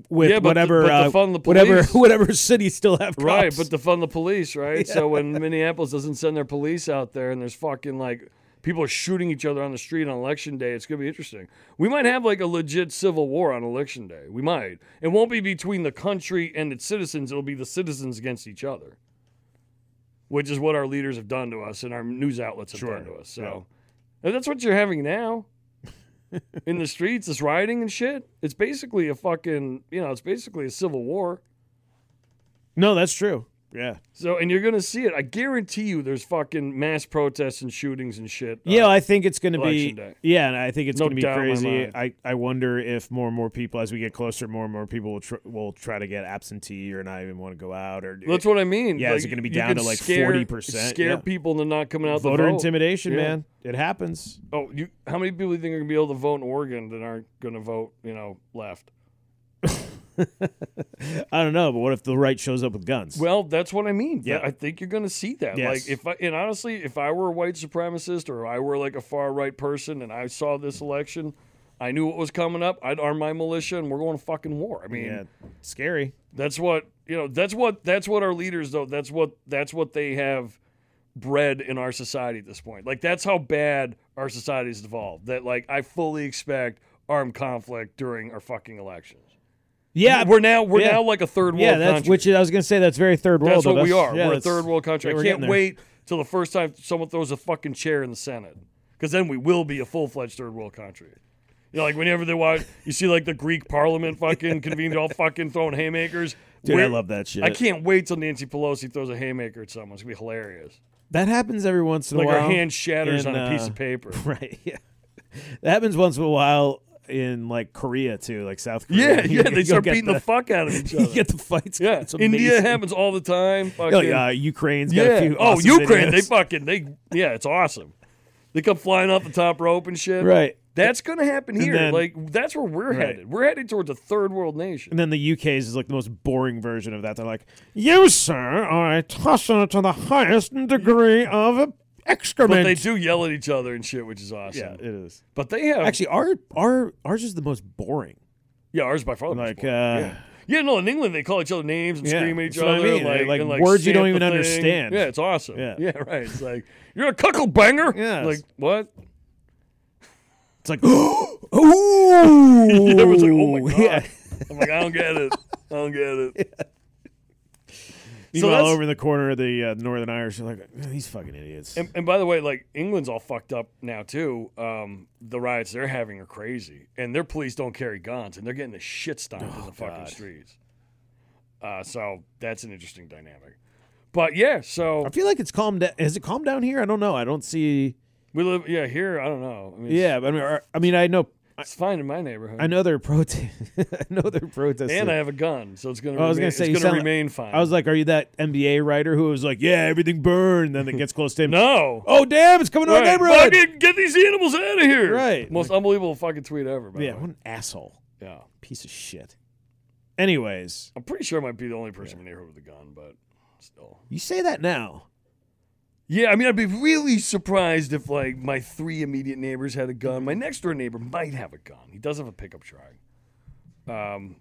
Speaker 3: With
Speaker 1: Yeah, but the-
Speaker 3: whatever,
Speaker 1: but to
Speaker 3: uh,
Speaker 1: fund the
Speaker 3: whatever,
Speaker 1: police.
Speaker 3: whatever city still have cops.
Speaker 1: Right, but to fund the police, right? So when Minneapolis doesn't send their police out there and there's fucking like people are shooting each other on the street on election day, it's gonna be interesting. We might have like a legit civil war on election day. We might. It won't be between the country and its citizens, it'll be the citizens against each other. Which is what our leaders have done to us and our news outlets have done to us. So and that's what you're having now. in the streets, it's rioting and shit. It's basically a fucking, you know, it's basically a civil war.
Speaker 3: no, that's true. Yeah,
Speaker 1: So, and you're gonna see it. I guarantee you, there's fucking mass protests and shootings and shit. Uh,
Speaker 3: yeah. I think it's gonna be.
Speaker 1: Election day.
Speaker 3: Yeah, and I think it's
Speaker 1: No
Speaker 3: gonna be
Speaker 1: doubt in my
Speaker 3: crazy.
Speaker 1: mind.
Speaker 3: I, I wonder if more and more people, as we get closer, more and more people will tr- will try to get absentee or not even want to go out or
Speaker 1: that's what I mean.
Speaker 3: Yeah, is it gonna be
Speaker 1: you
Speaker 3: down
Speaker 1: can
Speaker 3: to, like,
Speaker 1: scare-
Speaker 3: 40%?
Speaker 1: Scare
Speaker 3: Yeah.
Speaker 1: people into not coming out.
Speaker 3: voter
Speaker 1: to vote.
Speaker 3: intimidation,
Speaker 1: Yeah.
Speaker 3: man. It happens.
Speaker 1: Oh, you, how many people do you think are gonna be able to vote in Oregon that aren't gonna vote? You know, left.
Speaker 3: I don't know, but what if the right shows up with guns?
Speaker 1: Well, that's what I mean.
Speaker 3: Yeah.
Speaker 1: I think you're gonna see that.
Speaker 3: Yes.
Speaker 1: Like, if I and honestly, if I were a white supremacist or I were like a far right person and I saw this election. I knew what was coming up. I'd arm my militia, and we're going to fucking war. I mean,
Speaker 3: yeah, scary.
Speaker 1: That's what you know. That's what that's what our leaders though. That's what that's what they have bred in our society at this point. Like that's how bad our society has evolved. That like I fully expect armed conflict during our fucking elections.
Speaker 3: Yeah,
Speaker 1: We're now we're
Speaker 3: yeah.
Speaker 1: now like a third world
Speaker 3: yeah. That's
Speaker 1: country.
Speaker 3: which I was gonna say. That's very third world.
Speaker 1: that's
Speaker 3: but
Speaker 1: what we are.
Speaker 3: yeah,
Speaker 1: we're a
Speaker 3: that's-
Speaker 1: third world country.
Speaker 3: yeah, we're
Speaker 1: I
Speaker 3: getting
Speaker 1: can't
Speaker 3: there.
Speaker 1: wait till the first time someone throws a fucking chair in the Senate, because then we will be a full fledged third world country. You know, like whenever they watch, you see like the Greek Parliament fucking convened, all fucking throwing haymakers.
Speaker 3: Dude, I
Speaker 1: We're-
Speaker 3: love that shit.
Speaker 1: I can't wait till Nancy Pelosi throws a haymaker at someone. It's gonna be hilarious.
Speaker 3: That happens every once in
Speaker 1: Like
Speaker 3: a while.
Speaker 1: her hand shatters
Speaker 3: in,
Speaker 1: on a piece
Speaker 3: uh,
Speaker 1: of paper.
Speaker 3: Right. Yeah. That happens once in a while in like Korea too, like South Korea.
Speaker 1: Yeah,
Speaker 3: You
Speaker 1: yeah.
Speaker 3: go
Speaker 1: They start
Speaker 3: get
Speaker 1: beating the, fuck out of each
Speaker 3: you
Speaker 1: other.
Speaker 3: get the fights.
Speaker 1: yeah,
Speaker 3: It's
Speaker 1: India
Speaker 3: amazing.
Speaker 1: happens all the time.
Speaker 3: Like,
Speaker 1: fucking-
Speaker 3: uh, Ukraine's got a
Speaker 1: yeah.
Speaker 3: few.
Speaker 1: Oh,
Speaker 3: awesome
Speaker 1: Ukraine. They
Speaker 3: videos.
Speaker 1: fucking they. Yeah, it's awesome. They come flying off the top rope and shit.
Speaker 3: Right.
Speaker 1: That's gonna happen here.
Speaker 3: then-
Speaker 1: like that's where we're
Speaker 3: Right.
Speaker 1: headed. We're headed towards a third world nation.
Speaker 3: And then the UK's is like the most boring version of that. They're like, "You sir are a tosser to the highest degree of
Speaker 1: But
Speaker 3: excrement."
Speaker 1: they do yell at each other and shit, which is awesome.
Speaker 3: yeah, it is.
Speaker 1: But they have
Speaker 3: Actually, our our ours is the most boring.
Speaker 1: yeah, ours by far. the most
Speaker 3: Like, uh,
Speaker 1: boring. yeah, no, in England they call each other names and
Speaker 3: Yeah,
Speaker 1: scream at each
Speaker 3: that's what I
Speaker 1: other,
Speaker 3: mean.
Speaker 1: like,
Speaker 3: Like,
Speaker 1: and, like
Speaker 3: words you don't
Speaker 1: stamp the
Speaker 3: even
Speaker 1: thing.
Speaker 3: understand.
Speaker 1: Yeah, it's awesome.
Speaker 3: Yeah.
Speaker 1: Yeah, right. It's like you're a cuckle banger.
Speaker 3: Yes.
Speaker 1: like what?
Speaker 3: it's like, oh,
Speaker 1: Yeah, was like, oh my god.
Speaker 3: Yeah.
Speaker 1: I'm like, I don't get it. I don't get it. So
Speaker 3: Meanwhile,
Speaker 1: that's-
Speaker 3: over in the corner of the uh, Northern Irish, are like, "Oh, these fucking idiots.
Speaker 1: And, and by the way, like England's all fucked up now too. Um, the riots they're having are crazy, and their police don't carry guns, and they're getting the shit stomped in the fucking
Speaker 3: Oh, God.
Speaker 1: streets. Uh, so that's an interesting dynamic. But yeah, so
Speaker 3: I feel like it's calmed down. Has it calmed down here? I don't know. I don't see.
Speaker 1: we live. Yeah, here I don't know. I mean, it's-
Speaker 3: Yeah, but I mean, are- I mean, I know,
Speaker 1: it's fine in my neighborhood,
Speaker 3: I know they're protest. I know they're protesting.
Speaker 1: and I have a gun, so it's gonna.
Speaker 3: Oh,
Speaker 1: Remain,
Speaker 3: I was gonna say, you
Speaker 1: it's
Speaker 3: sound
Speaker 1: gonna
Speaker 3: like-
Speaker 1: remain fine.
Speaker 3: I was like, are you that NBA writer who was like, yeah, everything burned, then it gets close to him.
Speaker 1: no.
Speaker 3: Oh damn, it's coming to our
Speaker 1: Right.
Speaker 3: neighborhood.
Speaker 1: Fucking get these animals out of here!
Speaker 3: Right.
Speaker 1: most unbelievable fucking tweet ever. By
Speaker 3: Yeah,
Speaker 1: the way.
Speaker 3: what an asshole,
Speaker 1: yeah.
Speaker 3: piece of shit. Anyways,
Speaker 1: I'm pretty sure I might be the only person in the neighborhood with a gun, but still.
Speaker 3: you say that now.
Speaker 1: Yeah, I mean, I'd be really surprised if like my three immediate neighbors had a gun. My next door neighbor might have a gun. He does have a pickup truck, um,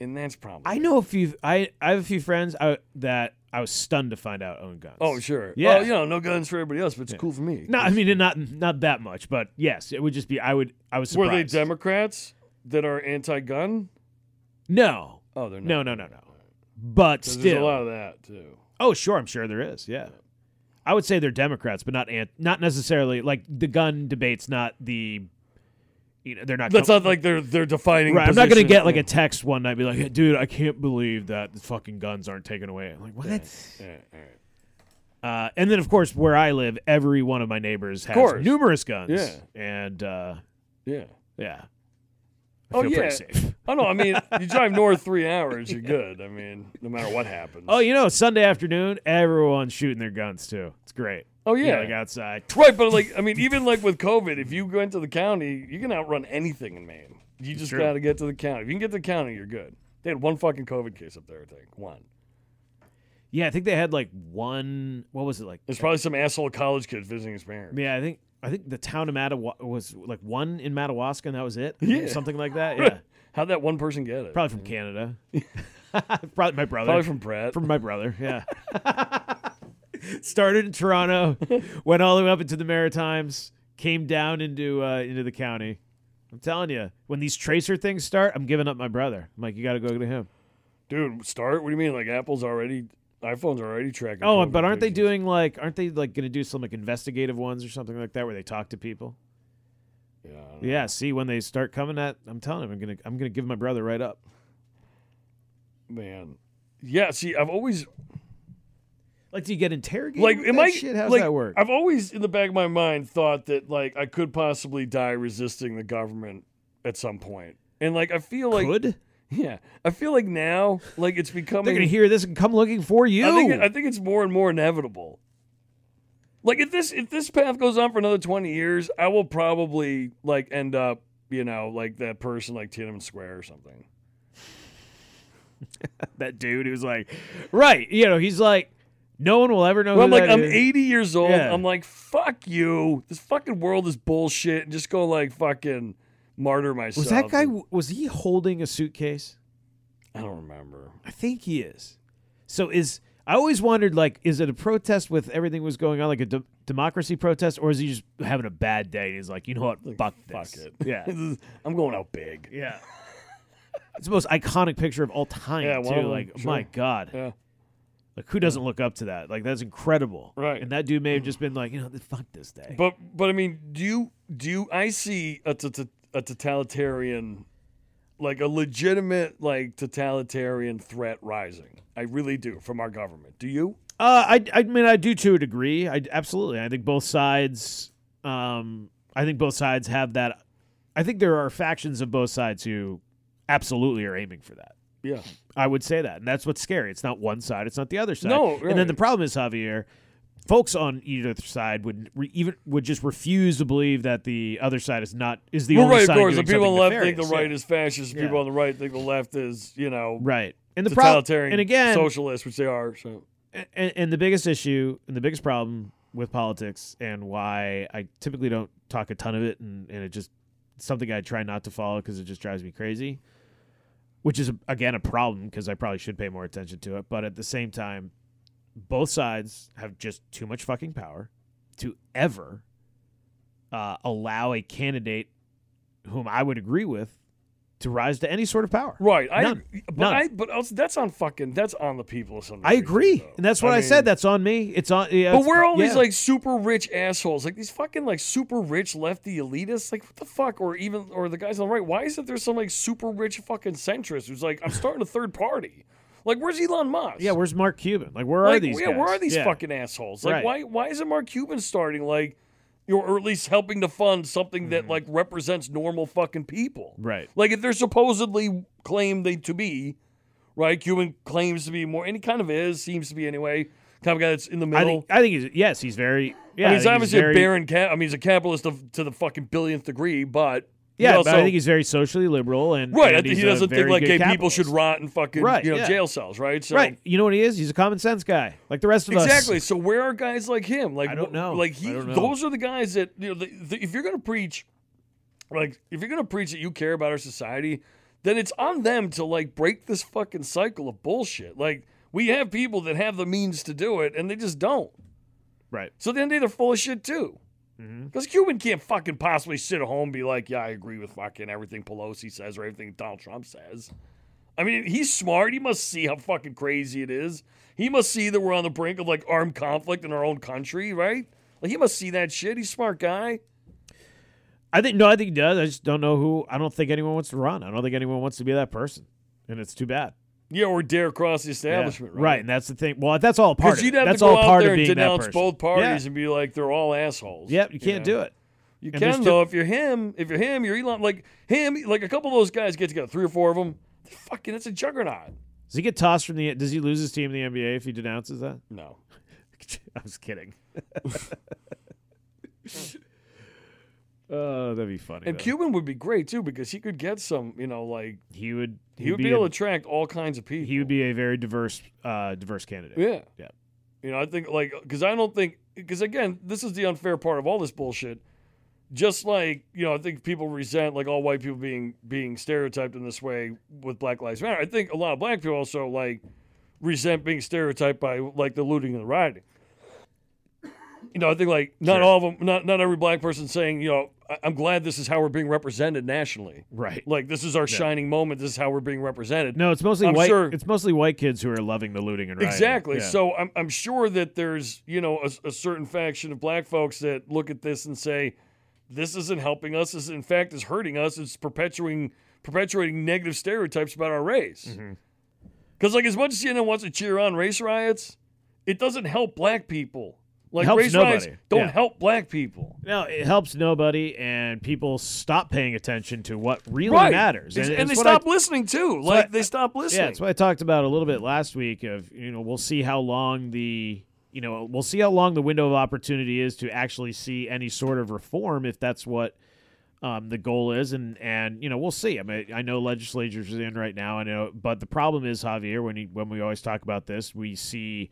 Speaker 1: and that's probably.
Speaker 3: I know a few. I I have a few friends I, that I was stunned to find out own guns.
Speaker 1: Oh sure.
Speaker 3: Yeah.
Speaker 1: Oh, you know, no guns for everybody else, but it's cool for me.
Speaker 3: No, I mean not not that much, but yes, it would just be. I would. I was
Speaker 1: Were
Speaker 3: surprised.
Speaker 1: they Democrats that are anti-gun?
Speaker 3: No,
Speaker 1: Oh, they're not.
Speaker 3: no, no, no, no. But
Speaker 1: 'Cause There's a
Speaker 3: still,
Speaker 1: lot of that too.
Speaker 3: oh sure, I'm sure there is. Yeah, I would say they're Democrats, but not ant- not necessarily like the gun debate's not the. You know, they're not.
Speaker 1: That's
Speaker 3: com-
Speaker 1: not like they're they're defining.
Speaker 3: right. I'm not gonna
Speaker 1: position.
Speaker 3: get like a
Speaker 1: Yeah.
Speaker 3: text one night be like, "Hey, dude, I can't believe that the fucking guns aren't taken away. I'm like what?
Speaker 1: Yeah, all right.
Speaker 3: Uh, and then of course, where I live, every one of my neighbors has
Speaker 1: course.
Speaker 3: numerous guns.
Speaker 1: Yeah.
Speaker 3: and uh,
Speaker 1: Yeah.
Speaker 3: yeah. I
Speaker 1: Oh
Speaker 3: feel
Speaker 1: yeah.
Speaker 3: pretty safe.
Speaker 1: Oh no, I mean, you drive north three hours, you're good. I mean, no matter what happens.
Speaker 3: Oh, you know, Sunday afternoon, everyone's shooting their guns too. It's great.
Speaker 1: Oh,
Speaker 3: You know,
Speaker 1: yeah.
Speaker 3: like outside.
Speaker 1: Right, but like I mean, even like with COVID, if you go into the county, you can outrun anything in Maine. You just
Speaker 3: true.
Speaker 1: gotta get to the county. If you can get to the county, you're good. They had one fucking COVID case up there, I think. One.
Speaker 3: Yeah, I think they had like one. What was it like?
Speaker 1: There's probably some asshole college kid visiting his parents.
Speaker 3: Yeah, I think I think the town of Mattawa was like one in Madawaska, and that was it.
Speaker 1: Yeah.
Speaker 3: something like that. Yeah,
Speaker 1: How'd that one person get it?
Speaker 3: probably from Canada. probably my brother.
Speaker 1: Probably from Brett.
Speaker 3: from my brother. Yeah. Started in Toronto, went all the way up into the Maritimes, came down into uh, into the county. I'm telling you, when these tracer things start, I'm giving up my brother. I'm like, you got to go to him.
Speaker 1: Dude, start? What do you mean? Like Apple's already iPhone's already tracking.
Speaker 3: Oh,
Speaker 1: COVID
Speaker 3: but aren't they
Speaker 1: cases.
Speaker 3: doing like aren't they like going to do some like investigative ones or something like that where they talk to people?
Speaker 1: Yeah, I don't know.
Speaker 3: Yeah, see when they start coming at I'm telling him I'm going to I'm going to give my brother right up.
Speaker 1: man. Yeah, see, I've always
Speaker 3: Like do you get interrogated?
Speaker 1: like
Speaker 3: with
Speaker 1: am
Speaker 3: that
Speaker 1: I
Speaker 3: shit how's
Speaker 1: like,
Speaker 3: that work?
Speaker 1: I've always in the back of my mind thought that like I could possibly die resisting the government at some point. And like I feel like
Speaker 3: Good.
Speaker 1: yeah, I feel like now like it's becoming
Speaker 3: They're going to hear this and come looking for you.
Speaker 1: I think I think it's more and more inevitable. Like if this if this path goes on for another 20 years, I will probably like end up, you know, like that person like Tiananmen Square or something.
Speaker 3: that dude who's like, right, you know, he's like, no one will ever know.
Speaker 1: Well, I'm
Speaker 3: who
Speaker 1: like,
Speaker 3: that
Speaker 1: I'm
Speaker 3: is."
Speaker 1: 80 years old.
Speaker 3: Yeah.
Speaker 1: I'm like, fuck you. This fucking world is bullshit. And just go like fucking martyr myself.
Speaker 3: Was that guy? Was he holding a suitcase?
Speaker 1: I don't remember.
Speaker 3: I think he is. So is I always wondered, like, is it a protest with everything was going on, like a de- democracy protest, or is he just having a bad day? And he's like, you know what, fuck
Speaker 1: Fuck
Speaker 3: this.
Speaker 1: it.
Speaker 3: Yeah,
Speaker 1: This is- I'm going out big.
Speaker 3: yeah. it's the most iconic picture of all time,
Speaker 1: Yeah, one of
Speaker 3: too.
Speaker 1: them,
Speaker 3: Like,
Speaker 1: sure.
Speaker 3: my god,
Speaker 1: Yeah.
Speaker 3: like who doesn't look up to that? Like, that's incredible.
Speaker 1: Right.
Speaker 3: And that dude may have just been like, you know, fuck this day.
Speaker 1: But but I mean, do you do you, I see a, t- t- a totalitarian, like a legitimate like totalitarian threat rising? I really do from our government. Do you?
Speaker 3: Uh, I, I mean, I do to a degree. I absolutely. I think both sides. Um, I think both sides have that. I think there are factions of both sides who absolutely are aiming for that.
Speaker 1: Yeah.
Speaker 3: I would say that, and that's what's scary. It's not one side. It's not the other side.
Speaker 1: No,
Speaker 3: And
Speaker 1: right.
Speaker 3: then the problem is Javier. Folks on either side would re- even would just refuse to believe that the other side is not is the
Speaker 1: Well,
Speaker 3: only
Speaker 1: right,
Speaker 3: side.
Speaker 1: of course. The
Speaker 3: doing
Speaker 1: people on the
Speaker 3: something
Speaker 1: left think the
Speaker 3: nefarious.
Speaker 1: right
Speaker 3: Yeah.
Speaker 1: is fascist. The
Speaker 3: Yeah.
Speaker 1: people on the right think the left is, you know,
Speaker 3: right, and the problem
Speaker 1: totalitarian
Speaker 3: and again
Speaker 1: socialist, which they are. So
Speaker 3: and, and the biggest issue and the biggest problem with politics and why I typically don't talk a ton of it and, and it just it's something I try not to follow because it just drives me crazy, which is again a problem because I probably should pay more attention to it. But at the same time, both sides have just too much fucking power to ever uh, allow a candidate whom I would agree with to rise to any sort of power.
Speaker 1: right, I
Speaker 3: None.
Speaker 1: but
Speaker 3: None.
Speaker 1: I but also, that's on fucking that's on the people. Of some
Speaker 3: I agree,
Speaker 1: though.
Speaker 3: and that's what I,
Speaker 1: mean,
Speaker 3: said. That's on me. It's on. Yeah,
Speaker 1: But
Speaker 3: it's-
Speaker 1: we're all
Speaker 3: yeah.
Speaker 1: these like super rich assholes, like these fucking like super rich lefty elitists. Like what the fuck, or even or the guys on the right. Why is it there's some like super rich fucking centrist who's like, I'm starting a third party. Like where's Elon Musk?
Speaker 3: Yeah, where's Mark Cuban? Like, where are
Speaker 1: like,
Speaker 3: these?
Speaker 1: yeah, where
Speaker 3: guys?
Speaker 1: are these
Speaker 3: Yeah.
Speaker 1: fucking assholes? Like
Speaker 3: Right.
Speaker 1: why why isn't Mark Cuban starting like, you know, or at least helping to fund something that
Speaker 3: Mm-hmm.
Speaker 1: like represents normal fucking people?
Speaker 3: Right.
Speaker 1: Like if they're supposedly claimed they to be, right? Cuban claims to be more, and he kind of is, seems to be anyway. Kind of guy that's in the
Speaker 3: I
Speaker 1: middle.
Speaker 3: think. I think he's yes. He's very. Yeah.
Speaker 1: I mean, he's
Speaker 3: think
Speaker 1: obviously
Speaker 3: very,
Speaker 1: a barren cat. I mean, he's a capitalist of, to the fucking billionth degree, but he
Speaker 3: Yeah, but
Speaker 1: also-
Speaker 3: I think he's very socially liberal and
Speaker 1: right. I
Speaker 3: and
Speaker 1: think
Speaker 3: he's
Speaker 1: he
Speaker 3: a
Speaker 1: doesn't think
Speaker 3: very
Speaker 1: like
Speaker 3: good
Speaker 1: gay people should
Speaker 3: capitalist.
Speaker 1: rot in fucking
Speaker 3: Right,
Speaker 1: you know
Speaker 3: yeah.
Speaker 1: jail cells, right? So
Speaker 3: Right. You know what he is? He's a common sense guy, like the rest of us.
Speaker 1: Exactly. So where are guys like him? Like
Speaker 3: I don't
Speaker 1: wh-
Speaker 3: know.
Speaker 1: Like he,
Speaker 3: I don't know.
Speaker 1: those are the guys that you know. The, the, if you're gonna preach, like if you're gonna preach that you care about our society, then it's on them to like break this fucking cycle of bullshit. Like we have people that have the means to do it, and they just don't.
Speaker 3: Right.
Speaker 1: So at the end of the day, they're full of shit too.
Speaker 3: Mm-hmm.
Speaker 1: Because Cuban can't fucking possibly sit at home and be like, yeah, I agree with fucking everything Pelosi says or everything Donald Trump says. I mean, he's smart. He must see how fucking crazy it is. He must see that we're on the brink of like armed conflict in our own country, right? Like he must see that shit. He's a smart guy.
Speaker 3: I think no. I think he does. I just don't know who. I don't think anyone wants to run. I don't think anyone wants to be that person, and it's too bad.
Speaker 1: Yeah, or dare across the
Speaker 3: Yeah.
Speaker 1: establishment,
Speaker 3: right. And that's the thing. Well, that's all part.
Speaker 1: Because
Speaker 3: Of
Speaker 1: you'd
Speaker 3: it.
Speaker 1: have
Speaker 3: That's
Speaker 1: to go
Speaker 3: all
Speaker 1: out
Speaker 3: part
Speaker 1: there
Speaker 3: of
Speaker 1: and
Speaker 3: being that
Speaker 1: denounce
Speaker 3: person.
Speaker 1: both parties
Speaker 3: Yeah.
Speaker 1: and be like, they're all assholes.
Speaker 3: Yep. You can't
Speaker 1: know?
Speaker 3: do it.
Speaker 1: You
Speaker 3: And there's
Speaker 1: can
Speaker 3: two-
Speaker 1: though if you're him. If you're him, you're Elon. Like him, like a couple of those guys get together, three or four of them. They're fucking, that's a juggernaut.
Speaker 3: Does he get tossed from the? Does he lose his team in the NBA if he denounces that?
Speaker 1: No,
Speaker 3: I was kidding. Oh, that'd be funny.
Speaker 1: and
Speaker 3: though.
Speaker 1: Cuban would be great too because he could get some. You know, like
Speaker 3: he would
Speaker 1: he would be,
Speaker 3: a,
Speaker 1: able to attract all kinds of people.
Speaker 3: he would be a very diverse uh, diverse candidate.
Speaker 1: Yeah.
Speaker 3: Yeah.
Speaker 1: You know, I think like because I don't think because again, this is the unfair part of all this bullshit. Just like you know, I think people resent like all white people being being stereotyped in this way with Black Lives Matter. I think a lot of black people also like resent being stereotyped by like the looting and the rioting. You know, I think like not all of them, not not every black person saying you know I- I'm glad this is how we're being represented nationally.
Speaker 3: Right.
Speaker 1: Like this is our shining moment. This is how we're being represented.
Speaker 3: No, it's mostly
Speaker 1: I'm
Speaker 3: white.
Speaker 1: sure-
Speaker 3: It's mostly white kids who are loving the looting and rioting.
Speaker 1: Exactly.
Speaker 3: Yeah.
Speaker 1: So I'm, I'm sure that there's, you know, a, a certain faction of black folks that look at this and say, this isn't helping us. This, in fact, is hurting us. It's perpetuating perpetuating negative stereotypes about our race. Because,
Speaker 3: Mm-hmm.
Speaker 1: like, as much as CNN wants to cheer on race riots, it doesn't help black people. Like,
Speaker 3: helps
Speaker 1: race riots
Speaker 3: nobody.
Speaker 1: don't
Speaker 3: Yeah.
Speaker 1: help black people.
Speaker 3: no, it helps nobody, and people stop paying attention to what really matters.
Speaker 1: It's-
Speaker 3: And,
Speaker 1: and
Speaker 3: it's
Speaker 1: they
Speaker 3: what I-
Speaker 1: stop listening, too. Like,
Speaker 3: I-
Speaker 1: they stop listening.
Speaker 3: Yeah, that's what I talked about a little bit last week. Of you know, we'll see how long the you know we'll see how long the window of opportunity is to actually see any sort of reform if that's what um, the goal is, and and you know we'll see. I mean, I know legislature's in right now. I know, but the problem is Javier when he, when we always talk about this, we see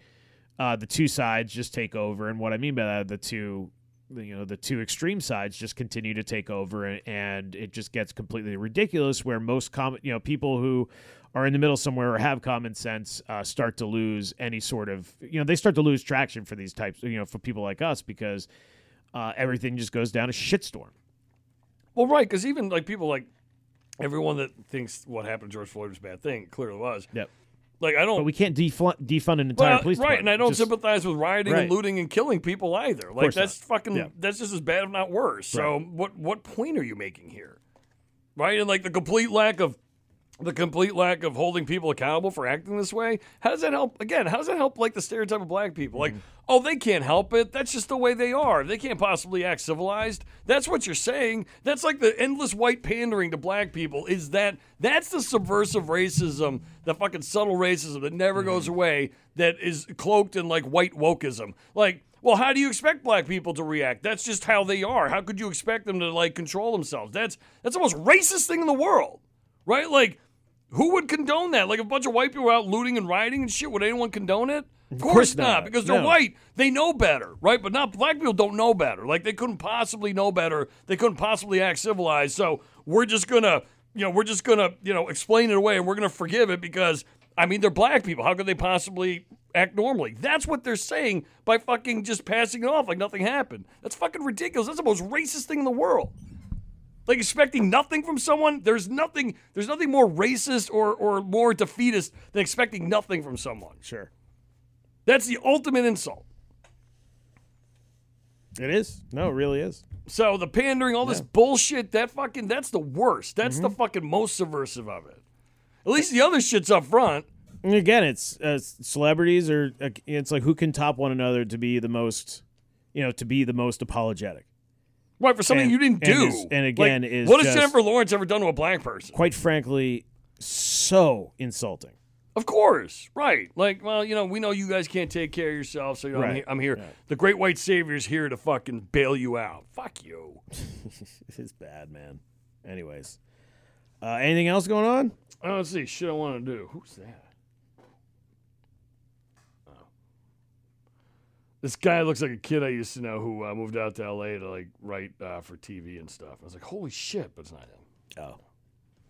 Speaker 3: uh, the two sides just take over, and what I mean by that, the two
Speaker 4: the- you know the two extreme sides just continue to take over and, and it just gets completely ridiculous where most common you know people who are in the middle somewhere or have common sense uh, start to lose any sort of you know they start to lose traction for these types you know for people like us because uh, everything just goes down a shitstorm
Speaker 1: Well, right, because even like people like everyone that thinks what happened to George Floyd was a bad thing clearly was.
Speaker 4: Yep.
Speaker 1: Like I don't.
Speaker 4: but we can't defund, defund an entire
Speaker 1: well,
Speaker 4: police
Speaker 1: right,
Speaker 4: department.
Speaker 1: and I don't
Speaker 4: Just-
Speaker 1: sympathize with rioting and
Speaker 4: Right.
Speaker 1: looting and killing people either. Like
Speaker 4: course
Speaker 1: that's fucking
Speaker 4: Yeah.
Speaker 1: that's just as bad, if not worse. So what what point are you making here? Right, and like the complete lack of the complete lack of holding people accountable for acting this way. How does that help? Again, how does that help? Like the stereotype of black people, like oh they can't help it. That's just the way they are. They can't possibly act civilized. That's what you're saying. That's like the endless white pandering to black people. Is that that's the subversive racism, the fucking subtle racism that never goes away. That is cloaked in like white wokeism, like. Well, how do you expect black people to react? That's just how they are. How could you expect them to like control themselves? That's that's the most racist thing in the world. Right? Like who would condone that? Like if a bunch of white people were out looting and rioting and shit. Would anyone condone it? Of course, not,
Speaker 4: not.
Speaker 1: because they're
Speaker 4: No.
Speaker 1: white. They know better, right? But not black people don't know better. Like they couldn't possibly know better. They couldn't possibly act civilized. So we're just gonna, you know, we're just gonna, you know, explain it away and we're gonna forgive it because I mean they're black people. How could they possibly act normally? That's what they're saying by fucking just passing it off like nothing happened. That's fucking ridiculous. That's the most racist thing in the world like expecting nothing from someone there's nothing there's nothing more racist or or more defeatist than expecting nothing from someone
Speaker 3: Sure.
Speaker 1: that's the ultimate insult
Speaker 3: It is. No, it really is.
Speaker 1: so the pandering all this bullshit that fucking that's the worst that's
Speaker 3: Mm-hmm.
Speaker 1: the fucking most subversive of it at least the other shit's up front
Speaker 3: And again, it's uh, celebrities are. Uh, it's like who can top one another to be the most, you know, to be the most apologetic.
Speaker 1: right for something
Speaker 3: And-
Speaker 1: you didn't
Speaker 3: and
Speaker 1: do
Speaker 3: is- and
Speaker 1: Like,
Speaker 3: again, is
Speaker 1: what has
Speaker 3: just-
Speaker 1: jennifer lawrence ever done to a black person
Speaker 3: Quite frankly, so insulting.
Speaker 1: Of course, right? Like, well, you know, we know you guys can't take care of yourself, so you know, I'm
Speaker 3: Right,
Speaker 1: here. I'm here. The Great White Savior's here to fucking bail you out. Fuck you.
Speaker 3: It's bad, man. Anyways, uh, anything else going on?
Speaker 1: Oh, let's see. Shit, I want to do. Who's that? Oh. This guy looks like a kid I used to know who uh, moved out to L.A. to like write uh, for TV and stuff. I was like, holy shit, but it's not him.
Speaker 3: Oh,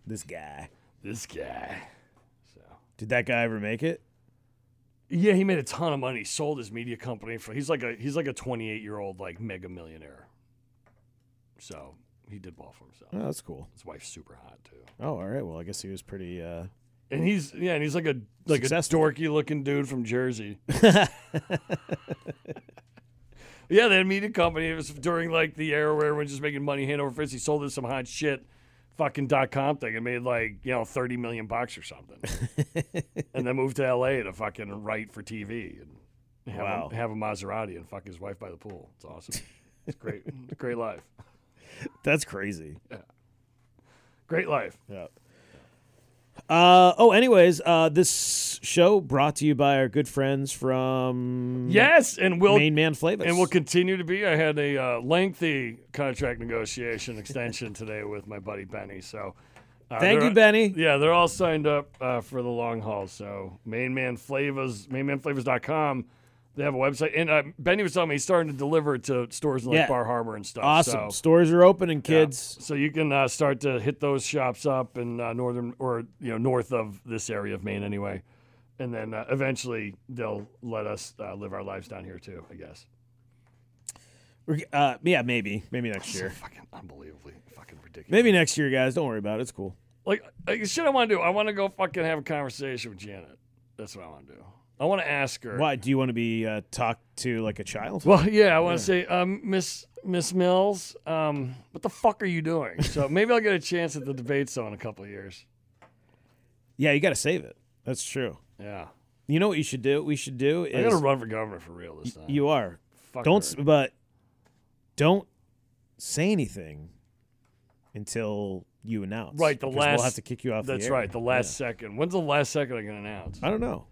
Speaker 3: this guy.
Speaker 1: This guy. So.
Speaker 3: Did that guy ever make it?
Speaker 1: Yeah, he made a ton of money. He sold his media company for. He's like a he's like a 28 year old like mega millionaire. So he did well for himself.
Speaker 3: Oh, that's cool.
Speaker 1: His wife's super hot too.
Speaker 3: Oh, all right. Well, I guess he was pretty. Uh,
Speaker 1: And he's yeah, and he's like a like
Speaker 3: Successful.
Speaker 1: a dorky looking dude from Jersey. yeah, they had a media company. It was during like the era where everyone's just making money hand over fist. He sold it to some hot shit fucking dot com thing and made like, you know, thirty million bucks or something. and then moved to LA to fucking write for TV and have,
Speaker 3: Wow.
Speaker 1: a, have a Maserati and fuck his wife by the pool. It's awesome. It's great. great life.
Speaker 3: that's crazy.
Speaker 1: Great life.
Speaker 3: Yeah. Uh, oh, anyways, uh, this show brought to you by our good friends from
Speaker 1: Yes, and Will
Speaker 3: Main Man Flavors.
Speaker 1: And will continue to be. I had a uh, lengthy contract negotiation extension today with my buddy Benny. So, uh,
Speaker 3: Thank
Speaker 1: they're-
Speaker 3: you, Benny.
Speaker 1: Yeah, they're all signed up uh, for the long haul. So, Mainman Flavors, mainmanflavors.com. They have a website, and uh, Benny was telling me he's starting to deliver to stores in like
Speaker 3: Yeah.
Speaker 1: Bar Harbor and stuff.
Speaker 3: Awesome.
Speaker 1: So,
Speaker 3: Stores are open and kids.
Speaker 1: so you can uh, start to hit those shops up in uh, northern or you know north of this area of Maine anyway, and then uh, eventually they'll let us uh, live our lives down here too. I guess.
Speaker 3: We're- Uh, yeah, maybe. Maybe next year.
Speaker 1: Fucking unbelievably fucking ridiculous.
Speaker 3: Maybe next year, guys. Don't worry about it. It's cool.
Speaker 1: Like, like shit I want to do. I want to go fucking have a conversation with Janet. That's what I want to do. I want to ask her.
Speaker 3: Why? Do you want to be uh, talked to like a child?
Speaker 1: Well, yeah, I want to say, um, Miss Miss Mills, um, what the fuck are you doing? So maybe I'll get a chance at the debate zone in a couple of years.
Speaker 3: Yeah, you got to save it. That's true.
Speaker 1: Yeah,
Speaker 3: You know what you should do? We should do
Speaker 1: I gotta
Speaker 3: is
Speaker 1: run for governor for real this time.
Speaker 3: you are
Speaker 1: fuck
Speaker 3: don't
Speaker 1: her.
Speaker 3: s but don't say anything until you announce.
Speaker 1: Right, the
Speaker 3: because
Speaker 1: last-
Speaker 3: we'll have to kick you off. the
Speaker 1: That's
Speaker 3: air.
Speaker 1: right. The last second. When's the last second I can announce?
Speaker 3: I don't know.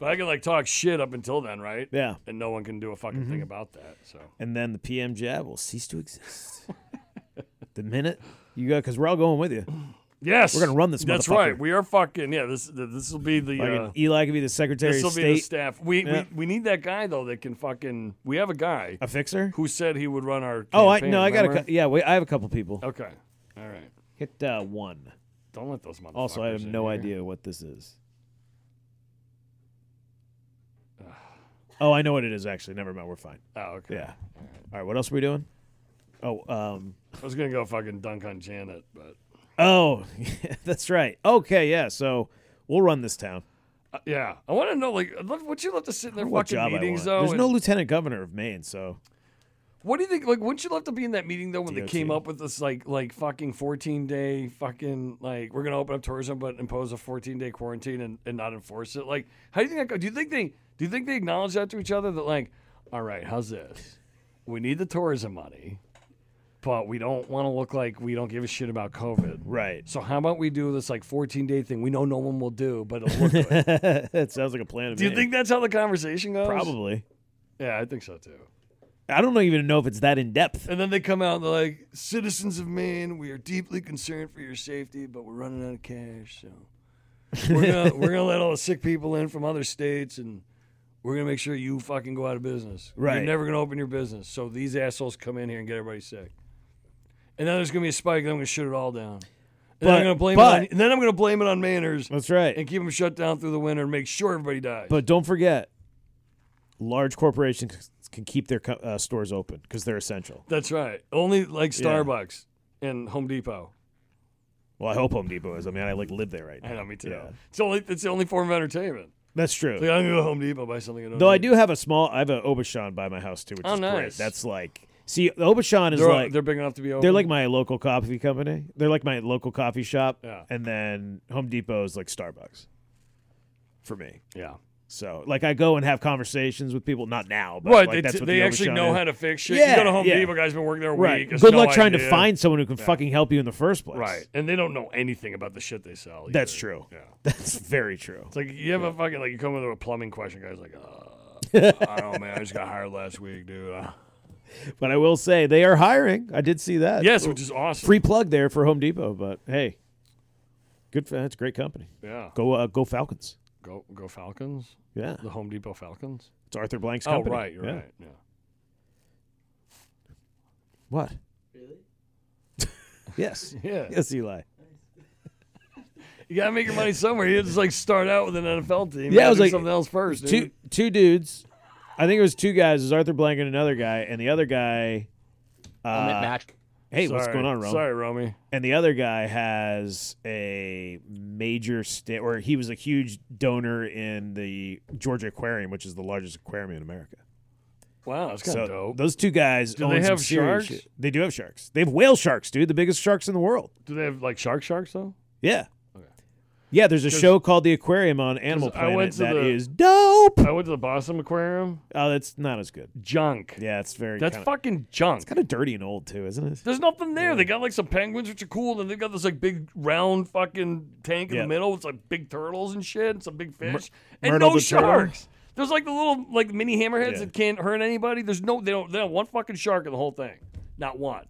Speaker 1: But I can like talk shit up until then, right?
Speaker 3: Yeah, Mm-hmm.
Speaker 1: And no one can do a fucking thing about that. So
Speaker 3: and then the PM jab will cease to exist. the minute you go, because we're all going with you.
Speaker 1: Yes,
Speaker 3: We're gonna run this
Speaker 1: That's
Speaker 3: motherfucker.
Speaker 1: right. We are fucking yeah. This this will be the
Speaker 3: Fucking
Speaker 1: uh,
Speaker 3: Eli could be the Secretary
Speaker 1: this
Speaker 3: of
Speaker 1: will be the
Speaker 3: State,
Speaker 1: staff. We,
Speaker 3: Yeah.
Speaker 1: we we need that guy though that can fucking. We have a guy
Speaker 3: a fixer.
Speaker 1: who said he would run our.
Speaker 3: Oh, I
Speaker 1: campaign,
Speaker 3: no, I got a
Speaker 1: remember?
Speaker 3: cou- yeah. Wait, I have a couple people.
Speaker 1: Okay, all right.
Speaker 3: Hit uh, one.
Speaker 1: Don't let those motherfuckers.
Speaker 3: Also, I have
Speaker 1: in
Speaker 3: no
Speaker 1: here.
Speaker 3: idea what this is. Oh, I know what it is actually. Never mind. We're fine.
Speaker 1: Oh, okay.
Speaker 3: Yeah. All right. What else are we doing? Oh, um,
Speaker 1: I was gonna go fucking dunk on Janet, but
Speaker 3: oh, that's right. Okay, yeah. So we'll run this town.
Speaker 1: uh, yeah, I want to know like what would you love to sit in their
Speaker 3: What
Speaker 1: fucking
Speaker 3: job
Speaker 1: meetings
Speaker 3: I want.
Speaker 1: though?
Speaker 3: There's no
Speaker 1: and-
Speaker 3: lieutenant governor of Maine, so
Speaker 1: What do you think? Like, wouldn't you love to be in that meeting though when they
Speaker 3: DOT.
Speaker 1: came up with this like like fucking fourteen day fucking like we're gonna open up tourism but impose a fourteen day quarantine and, and not enforce it? Like, how do you think that go? Do you think they do you think they acknowledge that to each other that like, all right, how's this? We need the tourism money, but we don't want to look like we don't give a shit about COVID.
Speaker 3: right.
Speaker 1: So how about we do this like fourteen day thing? We know no one will do, but it'll look good.
Speaker 3: it sounds like a plan. To
Speaker 1: do you
Speaker 3: me.
Speaker 1: think that's how the conversation goes?
Speaker 3: probably?
Speaker 1: Yeah, I think so too.
Speaker 3: I don't even know if it's that in depth.
Speaker 1: And then they come out and they're like, "Citizens of Maine, we are deeply concerned for your safety, but we're running out of cash, so we're gonna, we're gonna let all the sick people in from other states, and we're gonna make sure you fucking go out of business.
Speaker 3: Right.
Speaker 1: You're never gonna open your business, so these assholes come in here and get everybody sick. And then there's gonna be a spike, and I'm gonna shut it all down. And then
Speaker 3: But-
Speaker 1: I'm gonna blame
Speaker 3: but-
Speaker 1: it on, and then I'm gonna blame it on Mainers
Speaker 3: That's right.
Speaker 1: and keep them shut down through the winter and make sure everybody dies.
Speaker 3: But don't forget, large corporations c- can keep their co- uh, stores open because they're essential.
Speaker 1: that's right. Only like Starbucks and Home Depot.
Speaker 3: Well, I hope Home Depot is. I mean, I like live there right now.
Speaker 1: I know, me too.
Speaker 3: Yeah.
Speaker 1: It's only it's the only form of entertainment.
Speaker 3: That's true.
Speaker 1: Like, I'm gonna go Home Depot buy something. At Home
Speaker 3: Though I
Speaker 1: Depot.
Speaker 3: do have a small, I have an Obashan by my house too, which
Speaker 1: Oh,
Speaker 3: is great.
Speaker 1: nice.
Speaker 3: That's like, see, the Obashan is
Speaker 1: They're,
Speaker 3: like,
Speaker 1: they're big enough to be open.
Speaker 3: they're like my local coffee company. They're like my local coffee shop,
Speaker 1: Yeah.
Speaker 3: and then Home Depot is like Starbucks for me.
Speaker 1: yeah.
Speaker 3: So, like, I go and have conversations with people. Not now, but
Speaker 1: Right,
Speaker 3: like,
Speaker 1: they,
Speaker 3: that's
Speaker 1: t-
Speaker 3: what
Speaker 1: they
Speaker 3: the
Speaker 1: actually
Speaker 3: Obashan
Speaker 1: know
Speaker 3: is.
Speaker 1: how to fix shit.
Speaker 3: Yeah,
Speaker 1: you go to Home
Speaker 3: yeah.
Speaker 1: Depot, guys been working there a
Speaker 3: Right.
Speaker 1: week. has
Speaker 3: Good
Speaker 1: no
Speaker 3: luck trying to
Speaker 1: idea.
Speaker 3: find someone who can fucking help you in the first place.
Speaker 1: Right, and they don't know anything about the shit they sell. either.
Speaker 3: That's true.
Speaker 1: Yeah,
Speaker 3: That's very true.
Speaker 1: it's like you have a fucking like you come with a plumbing question, guys. Like, uh, I don't know, man. I just got hired last week, dude. Uh,
Speaker 3: But I will say they are hiring. I did see that.
Speaker 1: yes, which is awesome.
Speaker 3: Free plug there for Home Depot, but hey, good. For, that's a great company.
Speaker 1: yeah,
Speaker 3: Go, uh, go Falcons.
Speaker 1: go go Falcons.
Speaker 3: Yeah,
Speaker 1: The Home Depot Falcons.
Speaker 3: it's Arthur Blank's
Speaker 1: Oh
Speaker 3: company.
Speaker 1: right, you're
Speaker 3: Yeah.
Speaker 1: right. Yeah.
Speaker 3: What? Really? yes.
Speaker 1: Yeah.
Speaker 3: Yes, Eli.
Speaker 1: you gotta make your money somewhere. You just like start out with an NFL team.
Speaker 3: Yeah, I
Speaker 1: You
Speaker 3: was
Speaker 1: do
Speaker 3: like-
Speaker 1: something else first.
Speaker 3: Two
Speaker 1: Dude.
Speaker 3: two dudes. I think it was two guys. It was Arthur Blank and another guy, and the other guy.
Speaker 5: I'm at
Speaker 3: Uh,
Speaker 5: match.
Speaker 3: hey, what's
Speaker 1: Sorry.
Speaker 3: going on, Rome?
Speaker 1: Sorry, Romy.
Speaker 3: and the other guy has a major sta or he was a huge donor in the Georgia Aquarium, which is the largest aquarium in America.
Speaker 1: Wow, that's kind
Speaker 3: So
Speaker 1: of dope.
Speaker 3: those two guys
Speaker 1: Do
Speaker 3: own
Speaker 1: they
Speaker 3: some
Speaker 1: have
Speaker 3: serious
Speaker 1: sharks?
Speaker 3: shit. They do have sharks. They have whale sharks, dude, the biggest sharks in the world.
Speaker 1: Do they have like shark sharks though?
Speaker 3: Yeah. Yeah, there's a show called The Aquarium on Animal
Speaker 1: 'cause I went
Speaker 3: Planet
Speaker 1: to
Speaker 3: that
Speaker 1: the-
Speaker 3: is dope.
Speaker 1: I went to the Boston Aquarium.
Speaker 3: Oh, that's not as good.
Speaker 1: Junk.
Speaker 3: Yeah, it's very
Speaker 1: That's
Speaker 3: kinda,
Speaker 1: fucking junk.
Speaker 3: it's kind of dirty and old too, isn't it?
Speaker 1: There's nothing there. They got like some penguins, which are cool, and then they got this like big round fucking tank in
Speaker 3: Yeah.
Speaker 1: the middle with like big turtles and shit, and some big fish, and
Speaker 3: Myrtle
Speaker 1: no
Speaker 3: the turtle?
Speaker 1: sharks. There's like the little like mini hammerheads
Speaker 3: Yeah.
Speaker 1: that can't hurt anybody. There's no they don't they don't have one fucking shark in the whole thing. Not one.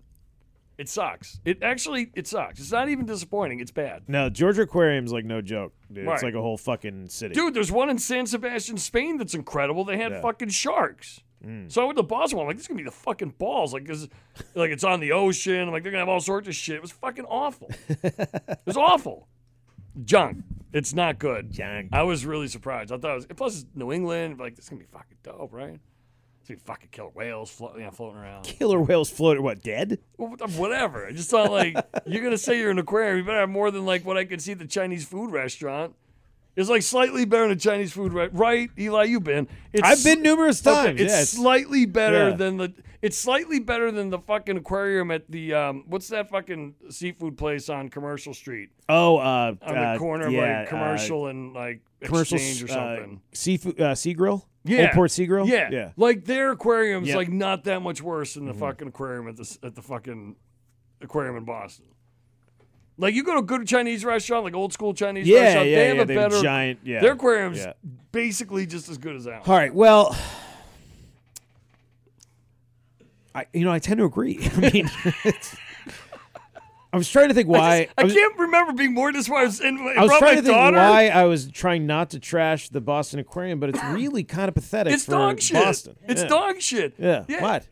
Speaker 1: It sucks. It actually it sucks. It's not even disappointing. It's bad.
Speaker 3: No, Georgia Aquarium's like no joke, dude. It's
Speaker 1: Right.
Speaker 3: like a whole fucking city.
Speaker 1: Dude, there's one in San Sebastian, Spain that's incredible. They had fucking sharks. So I went to Boston. I'm like, this is gonna be the fucking balls. Like, this, like it's on the ocean. I'm like, they're gonna have all sorts of shit. It was fucking awful. it was awful. Junk. It's not good.
Speaker 3: Junk.
Speaker 1: I was really surprised. I thought it was. Plus, it's New England. Like, this is gonna be fucking dope, right? It's gonna be fucking killer whales flo- you know, floating around.
Speaker 3: Killer whales float what, dead?
Speaker 1: Well, Whatever. I just thought like you're gonna say you're an aquarium. You better have more than like what I could see at the Chinese food restaurant. It's like slightly better than Chinese food, right? Right, Eli, you've been. It's
Speaker 3: I've been numerous
Speaker 1: Okay,
Speaker 3: times.
Speaker 1: It's
Speaker 3: yeah, it's-
Speaker 1: slightly better
Speaker 3: yeah.
Speaker 1: than the. It's slightly better than the fucking aquarium at the um. What's that fucking seafood place on Commercial Street
Speaker 3: oh, uh,
Speaker 1: on
Speaker 3: uh,
Speaker 1: the corner of
Speaker 3: yeah,
Speaker 1: like Commercial and like
Speaker 3: uh, commercial
Speaker 1: Exchange or something.
Speaker 3: Uh, seafood, uh, sea grill.
Speaker 1: Yeah.
Speaker 3: Old Port Sea Grill.
Speaker 1: yeah,
Speaker 3: yeah. Mm-hmm.
Speaker 1: Like their aquarium's
Speaker 3: Yep.
Speaker 1: like not that much worse than the fucking aquarium at the s- at the fucking aquarium in Boston. Like you go to a good Chinese restaurant, like old school Chinese
Speaker 3: Yeah,
Speaker 1: restaurant,
Speaker 3: yeah,
Speaker 1: they have
Speaker 3: yeah,
Speaker 1: a
Speaker 3: they have
Speaker 1: better
Speaker 3: giant- yeah,
Speaker 1: Their aquarium's
Speaker 3: yeah.
Speaker 1: basically just as good as ours.
Speaker 3: All right. Well, I you know I tend to agree. I mean, it's- I was trying to think why.
Speaker 1: I, just- I
Speaker 3: was,
Speaker 1: can't remember being more disappointed. And
Speaker 3: I was
Speaker 1: brought my
Speaker 3: trying to think
Speaker 1: daughter.
Speaker 3: why I was trying not to trash the Boston Aquarium, but it's really kind of pathetic
Speaker 1: It's
Speaker 3: for
Speaker 1: dog shit.
Speaker 3: Boston.
Speaker 1: It's
Speaker 3: yeah.
Speaker 1: dog shit.
Speaker 3: Yeah.
Speaker 1: yeah.
Speaker 3: What?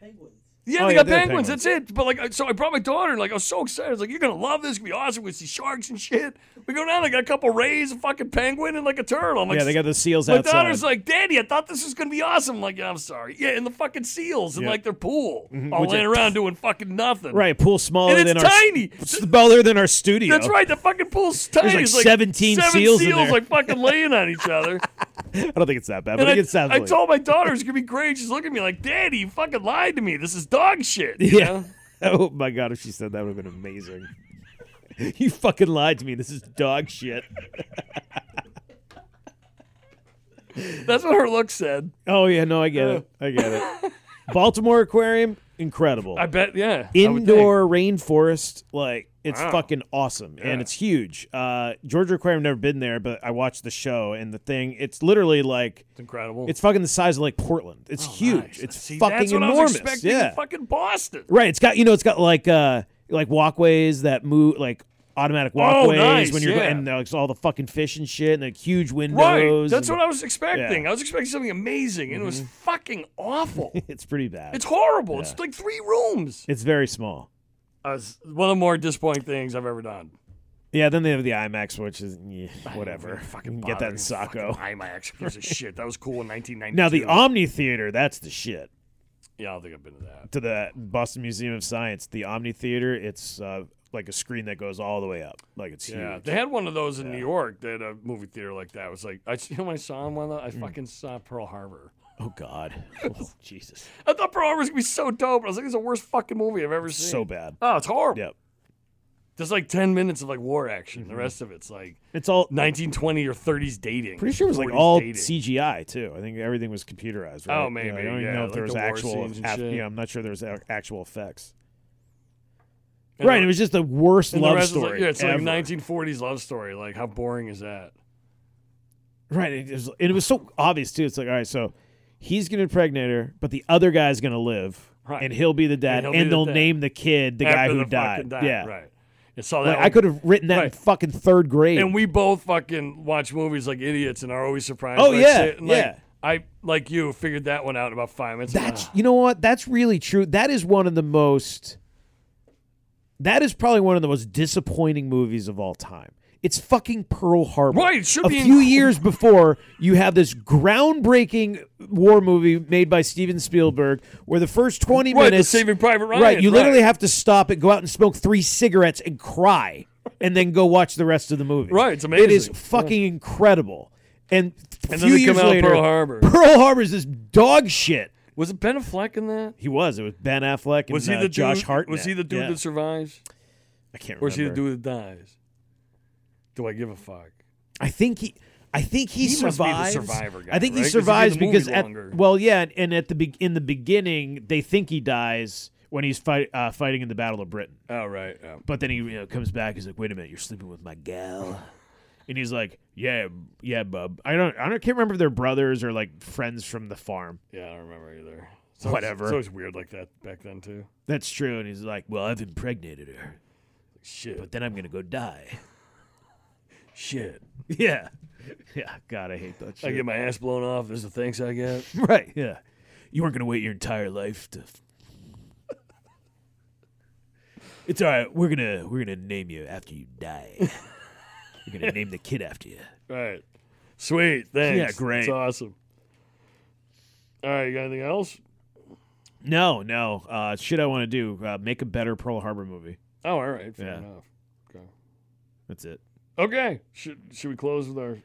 Speaker 1: Yeah,
Speaker 3: Oh,
Speaker 1: they
Speaker 3: yeah,
Speaker 1: got
Speaker 3: they had
Speaker 1: penguins,
Speaker 3: penguins.
Speaker 1: That's it. But like, so I brought my daughter, and like, I was so excited. I was like, "You're gonna love this. It's gonna be awesome. We see sharks and shit. We go down. They got a couple rays, a fucking penguin, and like a turtle. I'm like,
Speaker 3: Yeah, they got the seals
Speaker 1: My
Speaker 3: outside.
Speaker 1: daughter's like, "Daddy, I thought this was gonna be awesome." I'm like, yeah, I'm sorry. Yeah, and the fucking seals and
Speaker 3: Yeah. Mm-hmm.
Speaker 1: like their pool, all
Speaker 3: Which
Speaker 1: laying
Speaker 3: it-
Speaker 1: around doing fucking nothing.
Speaker 3: right, pool smaller
Speaker 1: And it's
Speaker 3: than our
Speaker 1: tiny.
Speaker 3: smaller than our studio.
Speaker 1: That's right. The fucking pool's tiny.
Speaker 3: like
Speaker 1: It's
Speaker 3: 17
Speaker 1: seven
Speaker 3: seals in there.
Speaker 1: like fucking laying on each other.
Speaker 3: I don't think it's that bad,
Speaker 1: And
Speaker 3: but
Speaker 1: I,
Speaker 3: it gets that.
Speaker 1: I told my daughter it's gonna be great. She's looking at me like, "Daddy, you fucking lied to me. This is dog shit." You
Speaker 3: Yeah.
Speaker 1: know?
Speaker 3: Oh my god, if she said that would have been amazing. you fucking lied to me. This is dog shit.
Speaker 1: That's what her look said.
Speaker 3: Oh yeah, no, I get it. I get it. Baltimore Aquarium, incredible.
Speaker 1: I bet, yeah. I would think.
Speaker 3: Indoor rainforest, like it's
Speaker 1: Wow.
Speaker 3: fucking awesome
Speaker 1: Yeah.
Speaker 3: and it's huge. Uh, Georgia Aquarium, never been there, but I watched the show and the thing. It's literally like
Speaker 1: It's incredible.
Speaker 3: it's fucking the size of like Portland. It's huge.
Speaker 1: Oh, Nice.
Speaker 3: It's
Speaker 1: See,
Speaker 3: fucking
Speaker 1: that's what I was
Speaker 3: enormous.
Speaker 1: expecting
Speaker 3: yeah,
Speaker 1: in fucking Boston.
Speaker 3: Right. It's got you know, it's got like uh like walkways that move like automatic walkways
Speaker 1: Oh, nice,
Speaker 3: when you're
Speaker 1: yeah.
Speaker 3: and like all the fucking fish and shit and like huge
Speaker 1: Right.
Speaker 3: windows.
Speaker 1: That's
Speaker 3: and- Mm-hmm.
Speaker 1: what I was expecting. I was expecting something amazing, and it was fucking awful.
Speaker 3: it's pretty bad.
Speaker 1: it's horrible. It's like three rooms.
Speaker 3: It's very small.
Speaker 1: Uh, it's one of the more disappointing things I've ever done.
Speaker 3: Yeah, then they have the IMAX, which is yeah, whatever.
Speaker 1: Fucking
Speaker 3: You can get that in
Speaker 1: bothering
Speaker 3: Saco.
Speaker 1: fucking IMAX piece of shit. That was cool in 1992.
Speaker 3: Now the Omni Theater, that's the shit.
Speaker 1: yeah, I don't think I've been to that.
Speaker 3: To the Boston Museum of Science, the Omni Theater, it's uh, like a screen that goes all the way up, like it's
Speaker 1: Yeah,
Speaker 3: huge.
Speaker 1: they had one of those in New York. They had a movie theater like that. It was like I, you know, when I saw in one of
Speaker 3: Mm.
Speaker 1: those, I fucking saw Pearl Harbor.
Speaker 3: Oh God, oh, Jesus,
Speaker 1: I thought Pearl Harbor was gonna be so dope. I was like, it's the worst fucking movie I've ever seen.
Speaker 3: so bad.
Speaker 1: Oh, it's horrible.
Speaker 3: Yep,
Speaker 1: There's like 10 minutes of like war action.
Speaker 3: Mm-hmm.
Speaker 1: The rest of it's like
Speaker 3: it's all
Speaker 1: 1920 or 30s dating.
Speaker 3: Pretty sure it was like
Speaker 1: 40s
Speaker 3: all
Speaker 1: dating.
Speaker 3: CGI too. I think everything was computerized. Right?
Speaker 1: Oh,
Speaker 3: You know,
Speaker 1: maybe,
Speaker 3: I don't
Speaker 1: yeah,
Speaker 3: even know if
Speaker 1: like
Speaker 3: there
Speaker 1: the
Speaker 3: was
Speaker 1: war
Speaker 3: actual.
Speaker 1: scenes and
Speaker 3: af-
Speaker 1: shit.
Speaker 3: yeah, I'm not sure there was a- actual effects.
Speaker 1: And
Speaker 3: right,
Speaker 1: the-
Speaker 3: it was just the worst
Speaker 1: and the
Speaker 3: love
Speaker 1: rest is
Speaker 3: story.
Speaker 1: Like, yeah, it's
Speaker 3: ever.
Speaker 1: like 1940s love story. Like, how boring is that?
Speaker 3: Right, it was, and it was so obvious too. It's like, all right, so he's gonna impregnate her, but the other guy's gonna live,
Speaker 1: Right.
Speaker 3: and he'll be the dad,
Speaker 1: And he'll
Speaker 3: and,
Speaker 1: be the
Speaker 3: they'll
Speaker 1: dad.
Speaker 3: name the kid the guy
Speaker 1: After
Speaker 3: who
Speaker 1: the fucking
Speaker 3: died. Yeah,
Speaker 1: Right. And so that
Speaker 3: Like, I could have written that
Speaker 1: Right.
Speaker 3: in fucking third grade.
Speaker 1: And we both fucking watch movies like idiots and are always surprised.
Speaker 3: Oh,
Speaker 1: by
Speaker 3: yeah,
Speaker 1: shit. And, like,
Speaker 3: yeah.
Speaker 1: I like you figured that one out in about five minutes.
Speaker 3: That's you know what? That's really true. That is one of the most that is probably one of the most disappointing movies of all time. It's fucking Pearl Harbor.
Speaker 1: Right, it should
Speaker 3: a
Speaker 1: be
Speaker 3: few
Speaker 1: inc-
Speaker 3: years before you have this groundbreaking war movie made by Steven Spielberg, where the first twenty
Speaker 1: Right, the
Speaker 3: minutes
Speaker 1: Saving Private Ryan,
Speaker 3: Right, you literally
Speaker 1: right.
Speaker 3: have to stop and go out and smoke three cigarettes and cry, and then go watch the rest of the movie.
Speaker 1: Right, it's
Speaker 3: It is
Speaker 1: amazing.
Speaker 3: fucking incredible. And, a
Speaker 1: And then
Speaker 3: few
Speaker 1: they
Speaker 3: years
Speaker 1: come out with
Speaker 3: later,
Speaker 1: Pearl Harbor.
Speaker 3: Pearl Harbor is this dog shit.
Speaker 1: Was it Ben Affleck in that?
Speaker 3: He was. It was Ben Affleck and
Speaker 1: Was he
Speaker 3: uh,
Speaker 1: the
Speaker 3: Josh
Speaker 1: dude,
Speaker 3: Hartnett.
Speaker 1: Was he the dude
Speaker 3: Yeah.
Speaker 1: that survives?
Speaker 3: I can't remember.
Speaker 1: Or is he the dude that dies? Do I give a fuck?
Speaker 3: I think he. I think he,
Speaker 1: He must be the
Speaker 3: survives.
Speaker 1: survivor guy,
Speaker 3: I think
Speaker 1: right? 'Cause he did
Speaker 3: he
Speaker 1: the
Speaker 3: survives
Speaker 1: movie
Speaker 3: because at,
Speaker 1: longer.
Speaker 3: well, yeah, and- and at the be- in the beginning they think he dies when he's fight, uh, fighting in the Battle of Britain,
Speaker 1: Oh right. yeah.
Speaker 3: but then he you know, comes back. He's like, "Wait a minute, you're sleeping with my gal," and he's like, "Yeah, yeah, bub." I don't. I don't. Can't remember if they're brothers or like friends from the farm.
Speaker 1: Yeah, I don't remember either.
Speaker 3: Whatever.
Speaker 1: It's always weird like that back then too.
Speaker 3: That's true. And he's like, "Well, I've impregnated her,
Speaker 1: Shit.
Speaker 3: but then I'm gonna go die."
Speaker 1: shit.
Speaker 3: Yeah. Yeah. God, I hate that shit.
Speaker 1: I get my ass blown off. There's the thanks I get.
Speaker 3: Right. Yeah. You weren't going to wait your entire life to. It's all right. We're gonna we're gonna name you after you die. we're gonna name the kid after you.
Speaker 1: right. Sweet. Thanks.
Speaker 3: Yeah, great.
Speaker 1: It's awesome. All right. You got anything else?
Speaker 3: No, no. Uh, shit, I want to do uh, make a better Pearl Harbor movie.
Speaker 1: Oh, all right. Fair
Speaker 3: Yeah.
Speaker 1: enough. Okay.
Speaker 3: That's it.
Speaker 1: Okay. Should should we close with our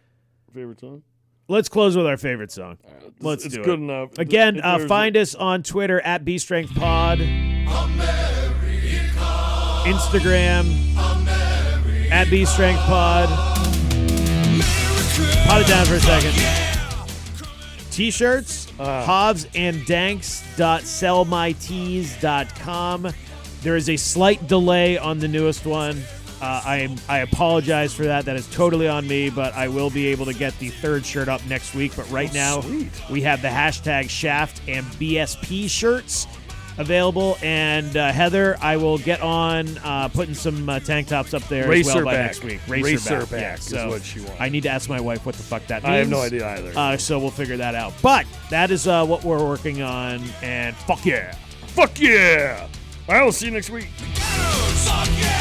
Speaker 1: favorite song?
Speaker 3: Let's close with our favorite song.
Speaker 1: All right. This-
Speaker 3: Let's
Speaker 1: it's
Speaker 3: do
Speaker 1: good
Speaker 3: it.
Speaker 1: enough. Th-
Speaker 3: Again,
Speaker 1: if
Speaker 3: uh,
Speaker 1: there's-
Speaker 3: find us on Twitter at B Strength Pod, Instagram at B Strength Pod. Pot it down for a second. T-shirts, Hobbs and Danks.sellmytees.com. There is a slight delay on the newest one. Uh, I am, I apologize for that. That is totally on me, but I will be able to get the third shirt up next week. But right now,
Speaker 1: Oh, sweet.
Speaker 3: we have the hashtag Shaft and BSP shirts. available. And uh, Heather, I will get on uh, putting some uh, tank tops up there as well by
Speaker 1: Racerback.
Speaker 3: next week.
Speaker 1: Racerback
Speaker 3: yeah.
Speaker 1: is
Speaker 3: so
Speaker 1: what she wants.
Speaker 3: I need to ask my wife what the fuck that means.
Speaker 1: I have no idea either.
Speaker 3: Uh, so we'll figure that out. But that is uh, what we're working on. And fuck yeah.
Speaker 1: Fuck yeah! All right, we'll see you next week.
Speaker 2: Fuck yeah!